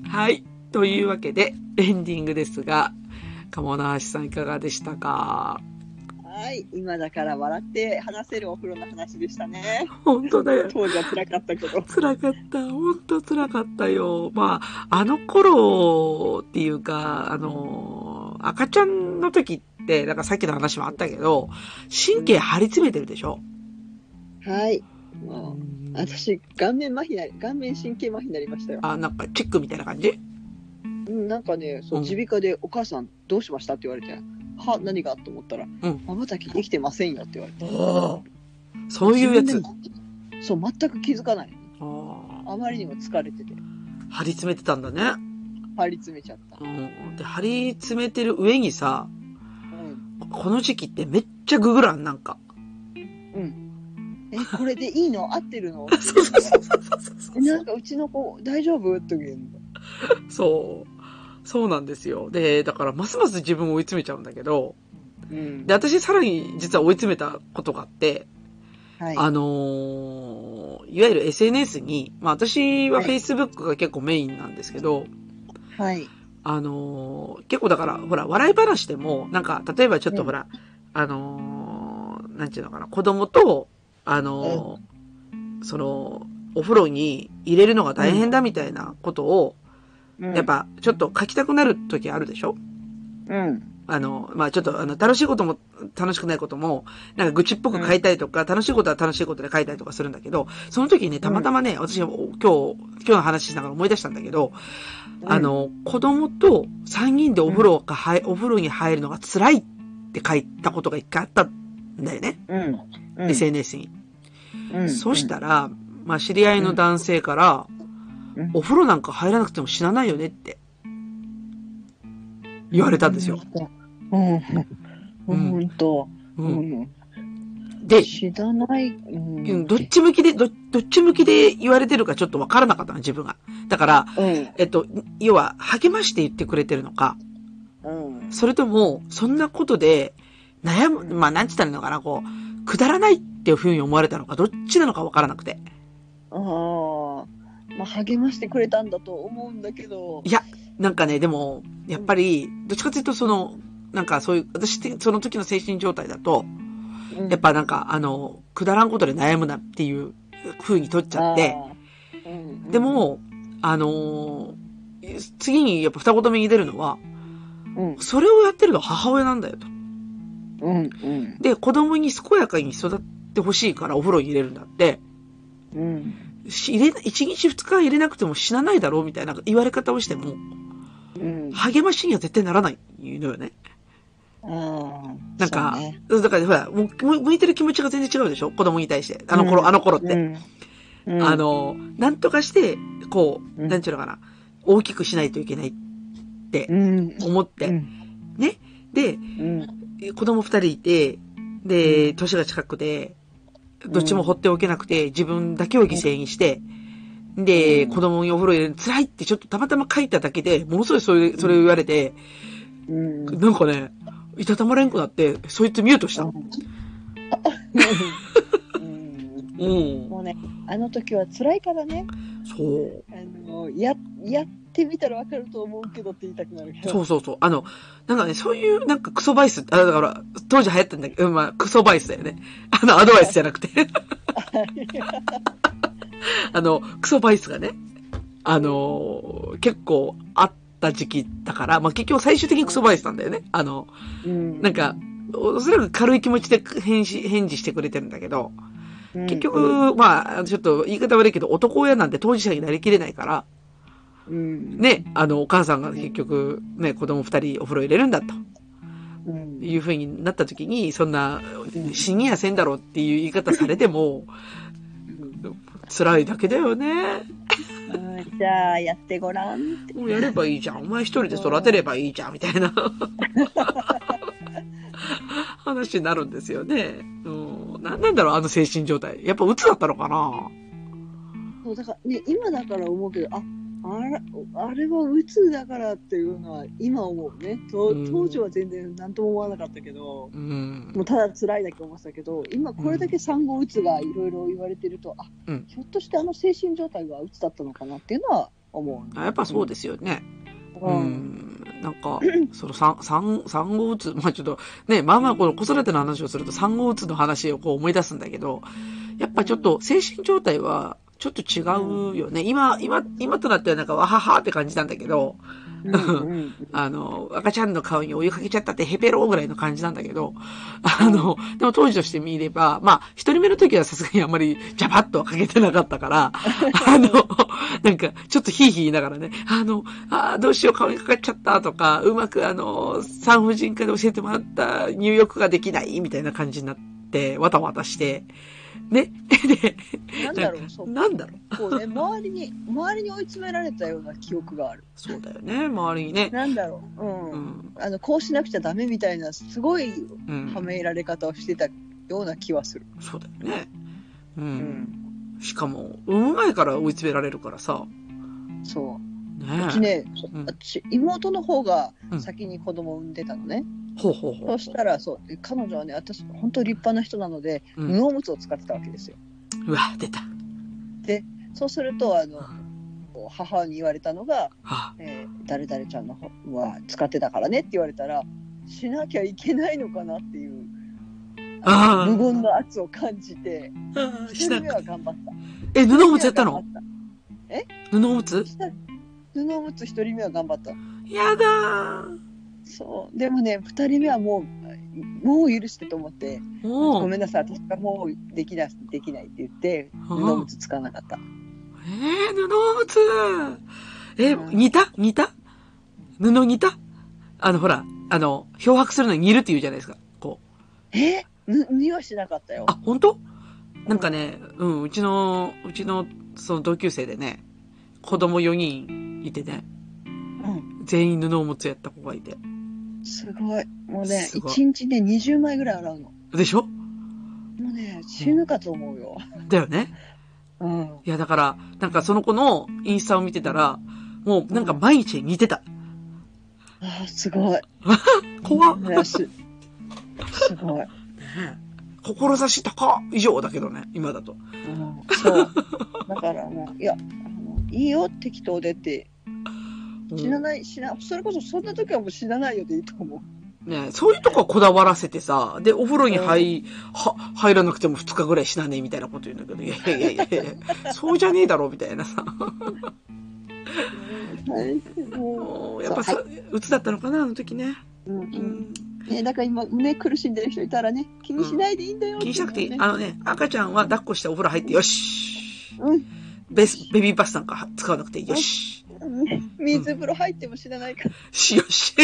B: はい。というわけで、エンディングですが、鴨の橋さんいかがでしたか
C: はい今だから笑って話せるお風呂の話でしたね
B: 本当だよ。
C: 当時は辛かったけど
B: 辛かった。本当辛かったよ。まあ、あの頃っていうか、あの、赤ちゃんの時って、なんかさっきの話もあったけど、神経張り詰めてるでしょ。
C: はいもう私顔面麻痺なり顔面神経麻痺になりましたよ
B: あ、なんかチェックみたいな感じ
C: うん、なんかね、そう
B: うん
C: 耳鼻科で「お母さんどうしました?」って言われて「は何が?」と思ったら
B: うん
C: 「まばたきできてませんよ」って言われて
B: おそういうやつ。
C: 自分でもそう全く気づかない
B: あー
C: あまりにも疲れてて
B: 張り詰めてたんだね。
C: 張り詰めちゃった、
B: うん。で、張り詰めてる上にさ、
C: うん、
B: この時期ってめっちゃググらん、なんか。
C: えこれでいいの合ってるの
B: [laughs] そうそうそうそうそうそう。
C: えなんかうちの子大丈夫って言うんだ
B: そう。そうなんですよ。で、だからますます自分を追い詰めちゃうんだけど、
C: うん
B: で、私さらに実は追い詰めたことがあって、
C: はい
B: あのーいわゆる SNS に、まあ私は
C: はい
B: Facebook が結構メインなんですけど、
C: はい
B: あのー結構だから、ほら、笑い話でも、なんか、例えばちょっと
C: うん
B: ほら、あのーなんていうのかな、子供と、あのーその、お風呂に入れるのが大変だみたいなことを、
C: うん
B: やっぱ、ちょっと書きたくなる時あるでしょ
C: うん
B: あの、まあ、ちょっと、あの、楽しいことも、楽しくないことも、なんか愚痴っぽく書いたりとか、楽しいことは楽しいことで書いたりとかするんだけど、その時にね、たまたまね、私、お今日、今日の話しながら思い出したんだけど、あの、子供と3人でお風呂が入、お風呂に入るのが辛いって書いたことが一回あったんだよね、
C: うんうん
B: SNS に。
C: うん
B: そしたら、まあ、知り合いの男性から、
C: うん
B: お風呂なんか入らなくても死なないよねって、言われたんですよ。
C: うん
B: う
C: うんん本当
B: う。
C: うんん
B: で、
C: 知らないうん
B: うんどっち向きで、ど、どっち向きで言われてるかちょっとわからなかったの、自分が。だから、
C: うん
B: えっと、要は、励まして言ってくれてるのか、
C: うん
B: それとも、そんなことで、悩む、まあ、なんつったらいいのかな、こう、くだらないっていうふうに思われたのか、どっちなのかわからなくて。
C: ああ、まあ、励ましてくれたんだと思うんだけど
B: い。や、なんかね、でも、やっぱり、どっちかというと、その、なんかそういう、私ってその時の精神状態だと、
C: うん
B: やっぱなんか、あの、くだらんことで悩むなっていう風に取っちゃって、
C: あーうん
B: でも、あのー次にやっぱ二言目に出るのは、
C: うん
B: それをやってるのは母親なんだよと。
C: うんうん
B: で、子供に健やかに育ってほしいからお風呂に入れるんだって、
C: うん
B: し入れ、一日二日入れなくても死なないだろうみたいな言われ方をしても、
C: うん
B: 励ましには絶対ならないのよね。
C: あー
B: なんか、
C: そうね
B: だからほら、もうむ向いてる気持ちが全然違うでしょ子供に対して。あの頃、
C: うん
B: あの頃って。
C: うんうん
B: あの、なんとかして、こう、
C: うん
B: なんちゅうのかな、大きくしないといけないって
C: うん
B: 思って、
C: うん
B: ね。で、
C: うん
B: 子供二人いて、で、
C: うん
B: 年が近くで、どっちも放っておけなくて、自分だけを犠牲にして、で、
C: うん
B: 子供にお風呂入れるの辛いってちょっとたまたま書いただけで、ものすごいそれ、それを言われて、
C: うんうん
B: なんかね、いたたまれんくなって、そいつミュートした。
C: うん
B: うん。
C: もうねあの時は辛いからね
B: そう。
C: あのややってみたらわかると思うけどって言いたくなるけど
B: そうそうそう。あの、なんかね、そういう、なんかクソバイスって、あ、だから、当時流行ったんだけど、うんまあ、クソバイスだよね。あの、アドバイスじゃなくて。あの、クソバイスがね、あのー結構あった時期だから、まあ、結局最終的にクソバイスなんだよね。あの、
C: うん
B: なんか、おそらく軽い気持ちで返事、返事してくれてるんだけど、
C: うん
B: 結局、まあ、ちょっと言い方悪いけど、男親なんて当事者になりきれないから、
C: うん
B: ね、あの、お母さんが結局、ね、子供二人お風呂入れるんだと。
C: うん
B: いう風になった時に、そんな、
C: うん
B: 死にやせんだろうっていう言い方されても、 [laughs] 辛いだけだよね。
C: うんじゃあやってごらんって
B: もうやればいいじゃん。お前一人で育てればいいじゃん、みたいな。話になるんですよね。うん。なんなんだろう、あの精神状態。やっぱ鬱だったのかな
C: そうだからね今だから思うけどああれあれは鬱だからっていうのは今思うねと
B: うん
C: 当時は全然何とも思わなかったけど、
B: うん
C: もう。ただ辛いだけ思ってたけど今これだけ産後うつがいろいろ言われてると、あ
B: うん
C: ひょっとしてあの精神状態がうつだったのかなっていうのは思う、
B: あやっぱそうですよね。う
C: うん
B: ん。なんか、その産、産、産後うつ、まあちょっと、ね、まあまあこの子育ての話をすると産後うつの話をこう思い出すんだけど、やっぱちょっと精神状態はちょっと違うよね。今、今、今となってはなんかわははって感じなんだけど、
C: うんうん
B: [laughs] あの、赤ちゃんの顔にお湯かけちゃったってヘペローぐらいの感じなんだけど、あの、でも当時として見れば、まあ、一人目の時はさすがにあんまりジャバッとはかけてなかったから、あの、なんか、ちょっとヒーヒー言いながらね、あの、あーどうしよう顔にかかっちゃったとか、うまくあの、産婦人科で教えてもらった入浴ができないみたいな感じになって、わたわたして、ね、で、
C: なんだろうそう
B: なんだろう
C: こうね周りに周りに追い詰められたような記憶がある
B: そうだよね、周りにね。
C: なんだろううん、
B: うん、
C: あのこうしなくちゃダメみたいなすごい
B: うん。
C: はめられ方をしてたような気はする、
B: そうだよね。う
C: うん
B: ん。しかも、産む前から追い詰められるからさ。
C: そう
B: ね
C: うちね、
B: うん
C: 私妹の方が
B: うん
C: 先に子供を産んでたのね、
B: ほうほうほう。
C: そうしたらそう彼女はね私本当立派な人なので、
B: うん
C: 布おむつを使ってたわけですよ
B: うわ、出た。
C: そうするとあの
B: は
C: 母に言われたのが
B: あ
C: 「えー誰々ちゃんの方は使ってたからね」って言われたらしなきゃいけないのかなっていう
B: あー
C: 無言の圧を感じて
B: あー、
C: 一
B: し
C: 人
B: な
C: 目
B: く
C: は頑張った
B: え、布おむつやったの
C: 一人
B: 布おむつ
C: 目は頑張った布おむつ一人目は頑張った
B: やだー。
C: そうでもね二人目はもうもう許してと思って
B: も
C: ご
B: う。
C: めんなさい、私がもうできなできないって言って、
B: うん
C: 布おむつ使わなかった。
B: えー、布おむつ。え、
C: うん
B: 煮た煮た布煮たあの、ほら、あの、漂白するのに煮るって言うじゃないですか。こう。
C: えぬにはしなかったよ
B: あ。、本当なんかね、うん、うちの、うちの、その同級生でね、子供4人いてね、
C: うん、
B: 全員布おむつやった子がいて。
C: すごい。もうね、
B: すごい
C: 一日ね、20枚ぐらい洗うの。も
B: でしょ
C: うね、死ぬかと思うよ。
B: だよね。
C: うん。
B: いや、だから、なんかその子のインスタを見てたら、もうなんか毎日似てた。
C: ああ、すごい。
B: 怖っ。
C: ね、すすごい。
B: 志高以上だけどね、今だと。
C: うん、そう。だからもう、いや、あのいいよ、適当でって。死なない、死な、それこそそんな時はもう死なないよでいいと思う。
B: ね、そういうとこはこだわらせてさ、で、お風呂に入、は、入らなくても2日ぐらい死なねえみたいなこと言うんだけど、いやいやいやいやいや、そうじゃねえだろ、みたいなさ。もうやっぱ
C: そ
B: さ、
C: う
B: うつだったのかな、あの時ね。
C: う
B: うんん。
C: ね、 [laughs] だから今、ね、苦しんでる人いたらね、気にしないでいいんだよ、
B: 気にしなくていい。
C: ね
B: あのね、赤ちゃんは抱っこしてお風呂入ってよし。
C: うん
B: ベス、ベビーバスなんか使わなくてよし。
C: うん水風呂入っても死なないから、
B: しよし。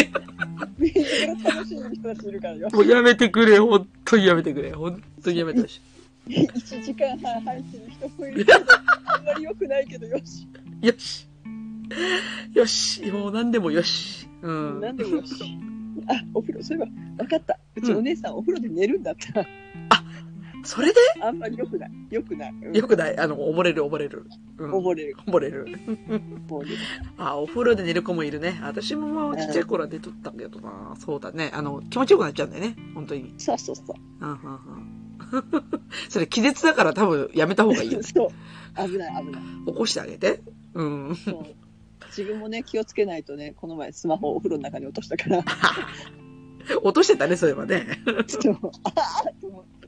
C: 水風呂楽しんでる人たちいるから
B: [laughs]
C: よ。
B: もうやめてくれ、本当にやめてくれ。本当にやめてほしい。
C: 1時間半入ってる人もい
B: [laughs]
C: るけど、あんまり良くないけど、よし。
B: よし。よし。もう何でもよし。うん。
C: なんでもよし。あ、お風呂、そういえば、分かった。うちお姉さん、お風呂で寝るん
B: [laughs]
C: だった。
B: それ
C: あんまり良くない。良くない。うん
B: でよくないあの、溺れる、溺れる。うん、
C: 溺れる。
B: 溺れる。
C: もうね
B: あ、お風呂で寝る子もいるね。私もまあ、ちっちゃい頃は寝とったけどな。そうだね。あの、気持ちよくなっちゃうんだよね。本当に。
C: そうそ
B: [laughs]
C: うそう。
B: うん、うん、うん。それ、気絶だから多分やめた方がいいよ。
C: そう。危ない、危ない。
B: 起こしてあげて。うん。
C: そう自分もね、気をつけないとね、この前、スマホをお風呂の中に落とし
B: [laughs]
C: たから、
B: 落としてたね、そういえばね。
C: ちょっと、ああと思って、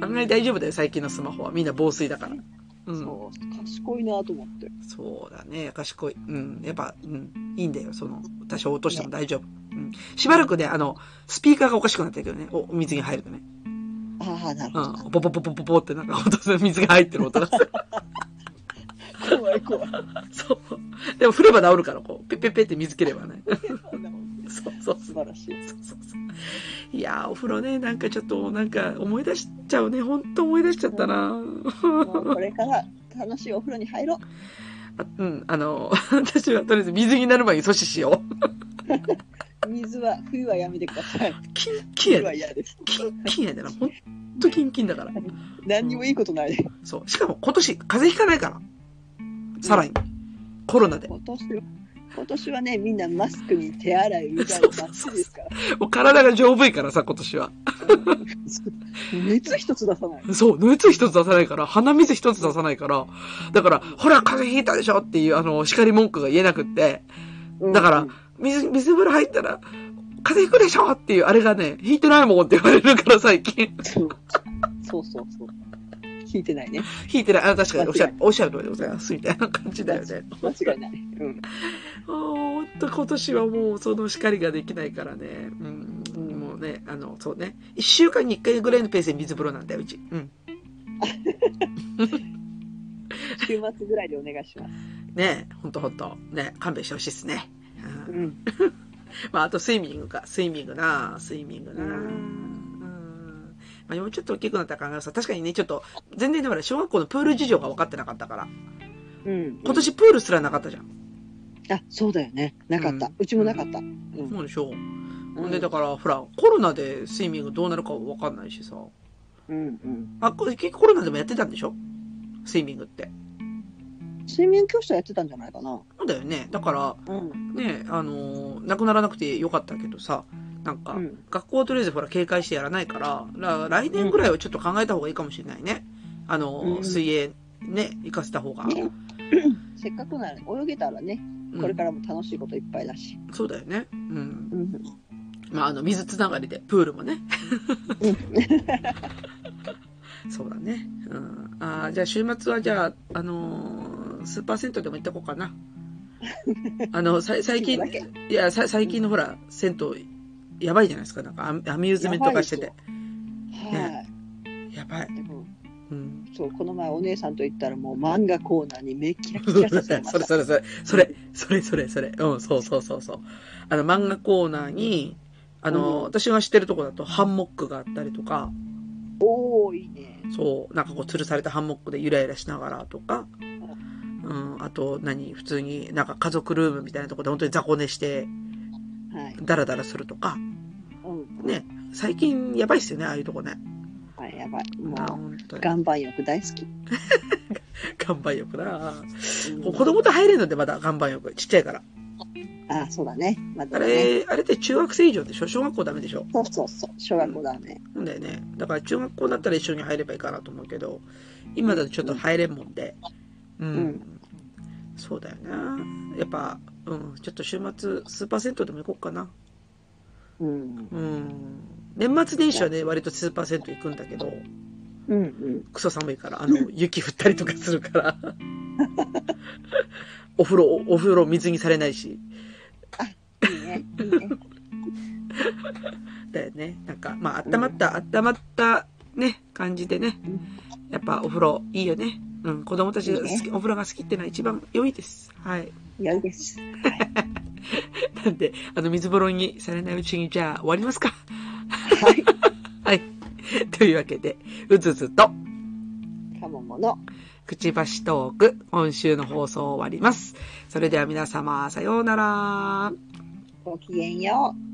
B: 案外大丈夫だよ、最近のスマホは。みんな防水だから。うん。
C: そう、賢いなと思って。
B: そうだね。賢い。うん。やっぱ、うん。いいんだよ。その、多少落としても大丈夫。うん。しばらくね、あの、スピーカーがおかしくなってるけどね。お、お水に入るとね。
C: ああ、なる
B: う
C: ほ
B: ん
C: ど。。
B: ポポポポポポってなんか音する、水が入ってる音がする。
C: 怖い、怖い。
B: [laughs]
C: [laughs]
B: そう。でも、振れば治るから、こう、ペッペッペッって水ければね。そうそう
C: 素
B: そう。
C: 晴らしい。
B: そうそうそういやー、お風呂ね、なんかちょっと、なんか思い出しちゃうね。ほんと思い出しちゃったな
C: もうこれから楽しいお風呂に入ろう。
B: あうん、あの、私はとりあえず水になる前に阻止しよう。
C: 水は、冬はやめてくださ
B: [laughs]
C: い。
B: キンキンや
C: 冬
B: で
C: は。嫌です。
B: キンキンやでな。ほんとキンキンだから。
C: 何にもいいことないね。
B: そう。しかも今年、風邪ひかないから。さらに。コロナで。も
C: 今年は、今年はね、みんなマスクに手洗い、うがい、バッチリですから。
B: う体が丈夫いからさ、今年は。
C: うん熱一つ出さない。
B: そう。熱一つ出さないから、鼻水一つ出さないから。だから、ほら、風邪ひいたでしょっていう、あの、叱り文句が言えなくって。だから水、水風呂入ったら、風邪ひくでしょっていう、あれがね、ひいてないもんって言われるから、最近。 [laughs]
C: そうそうそうそう。聞いてないね。
B: ひいてない。あ、確かに、おっしゃる、おっしゃる通りでございます。みたいな感じだよね。
C: 間違いない。うん。
B: あーほんと今年はもうその叱りができないからね。うん。
C: うん
B: もうね、あの、そうね。一週間に一回ぐらいのペースで水風呂なんだよ、うち。うん。
C: 週末ぐらいでお願いします。
B: ねえほんとほんと。ね勘弁してほしいっすね。う
C: うんん。
B: まあ、あとスイミングか。スイミングなスイミングな
C: うん
B: うん。まあ、もうちょっと大きくなったら考えます。確かにね、ちょっと、全然だから小学校のプール事情が分かってなかったから。
C: うん。
B: 今年プールすらなかったじゃん。
C: あ、そうだよね。なかった。
B: う
C: うんちもなかった。う
B: そ
C: ん。
B: うでしょほん
C: う
B: で、
C: ん
B: だから、ほら、コロナでスイミングどうなるか分かんないしさ。
C: うん。
B: あ、これ結局コロナでもやってたんでしょスイミングって。
C: 睡眠教室はやってたんじゃないかな。
B: そうだよね。だから、
C: うん。
B: ね、あのー、なくならなくてよかったけどさ、なんか、
C: うん。
B: 学校はとりあえずほら警戒してやらないから、ら来年ぐらいはちょっと考えた方がいいかもしれないね。あのー、
C: うん
B: 水泳ね、行かせた方が。
C: ねせっかくなら泳げたらね、これからも楽しいこといっぱいだし。
B: うんそうだよね。うん。
C: うん。
B: まあ、あの、水つながりで、プールもね。そうだね。うん。あーじゃあ週末はじゃあ、あのースーパー銭湯でも行ってこうかな。あの、 [laughs] さい最近
C: だ、け
B: いや、さ最近のほら、銭湯、やばいじゃないですか。なんかアミ、アミューズメント化してて。
C: は
B: やばい。
C: い。でも、
B: うん。
C: そう、この前お姉さんと行ったらもう漫画コーナーにめっきら
B: そ
C: き
B: れ
C: らさせてま
B: [laughs] それ
C: した。
B: それそれ、それ、それそれそれ、うん、そうそうそうそう。あの、漫画コーナーに、あの、
C: うん
B: 私が知ってるとこだとハンモックがあったりとか、
C: おおいいね。
B: そう、なんかこう吊るされたハンモックでゆらゆらしながらとか、うん、あと何、普通になんか家族ルームみたいなとこで本当に雑魚寝して、
C: はい。
B: ダラダラするとか、
C: うん。
B: ね、最近やばいっすよね、ああいうとこね。
C: はい、やばい。
B: あ
C: も
B: 本当
C: う、
B: に。
C: 岩盤浴大好き。
B: 岩盤浴な
C: うん
B: 子供と入れるのでまだ岩盤浴、ちっちゃいから。
C: あそうだね。ま
B: あ
C: だね。
B: れ、あれって中学生以上でしょ小学校ダメでしょ
C: そうそうそう。小学校だね。
B: なんだよね。だから中学校だったら一緒に入ればいいかなと思うけど、今だとちょっと入れんもんで。うん。
C: ん
B: そうだよな。やっぱ、うん、ちょっと週末、スーパー銭湯でも行こうかな。
C: うん
B: うん。年末年始はね、割とスーパー銭湯行くんだけど、
C: うんうん
B: クソ寒いから、あの、雪降ったりとかするから。 [laughs] お風呂、おお風呂水にされないし。
C: いいねいい [laughs] ね
B: だよね。なんか、まあ、温まった、温まった、ね、感じでね
C: うん。
B: やっぱお風呂いいよね。うん、子供たちが好き
C: いい
B: お風呂が好きってのは一番良いです。はい。
C: 良いです
B: なんで、あの、水風呂にされないうちに、じゃあ終わりますか。 [laughs]
C: はい
B: はい。というわけで、うずうずと、
C: かももの
B: くちばしトーク、今週の放送を終わります。それでは皆様、さようなら。
C: ごきげんよう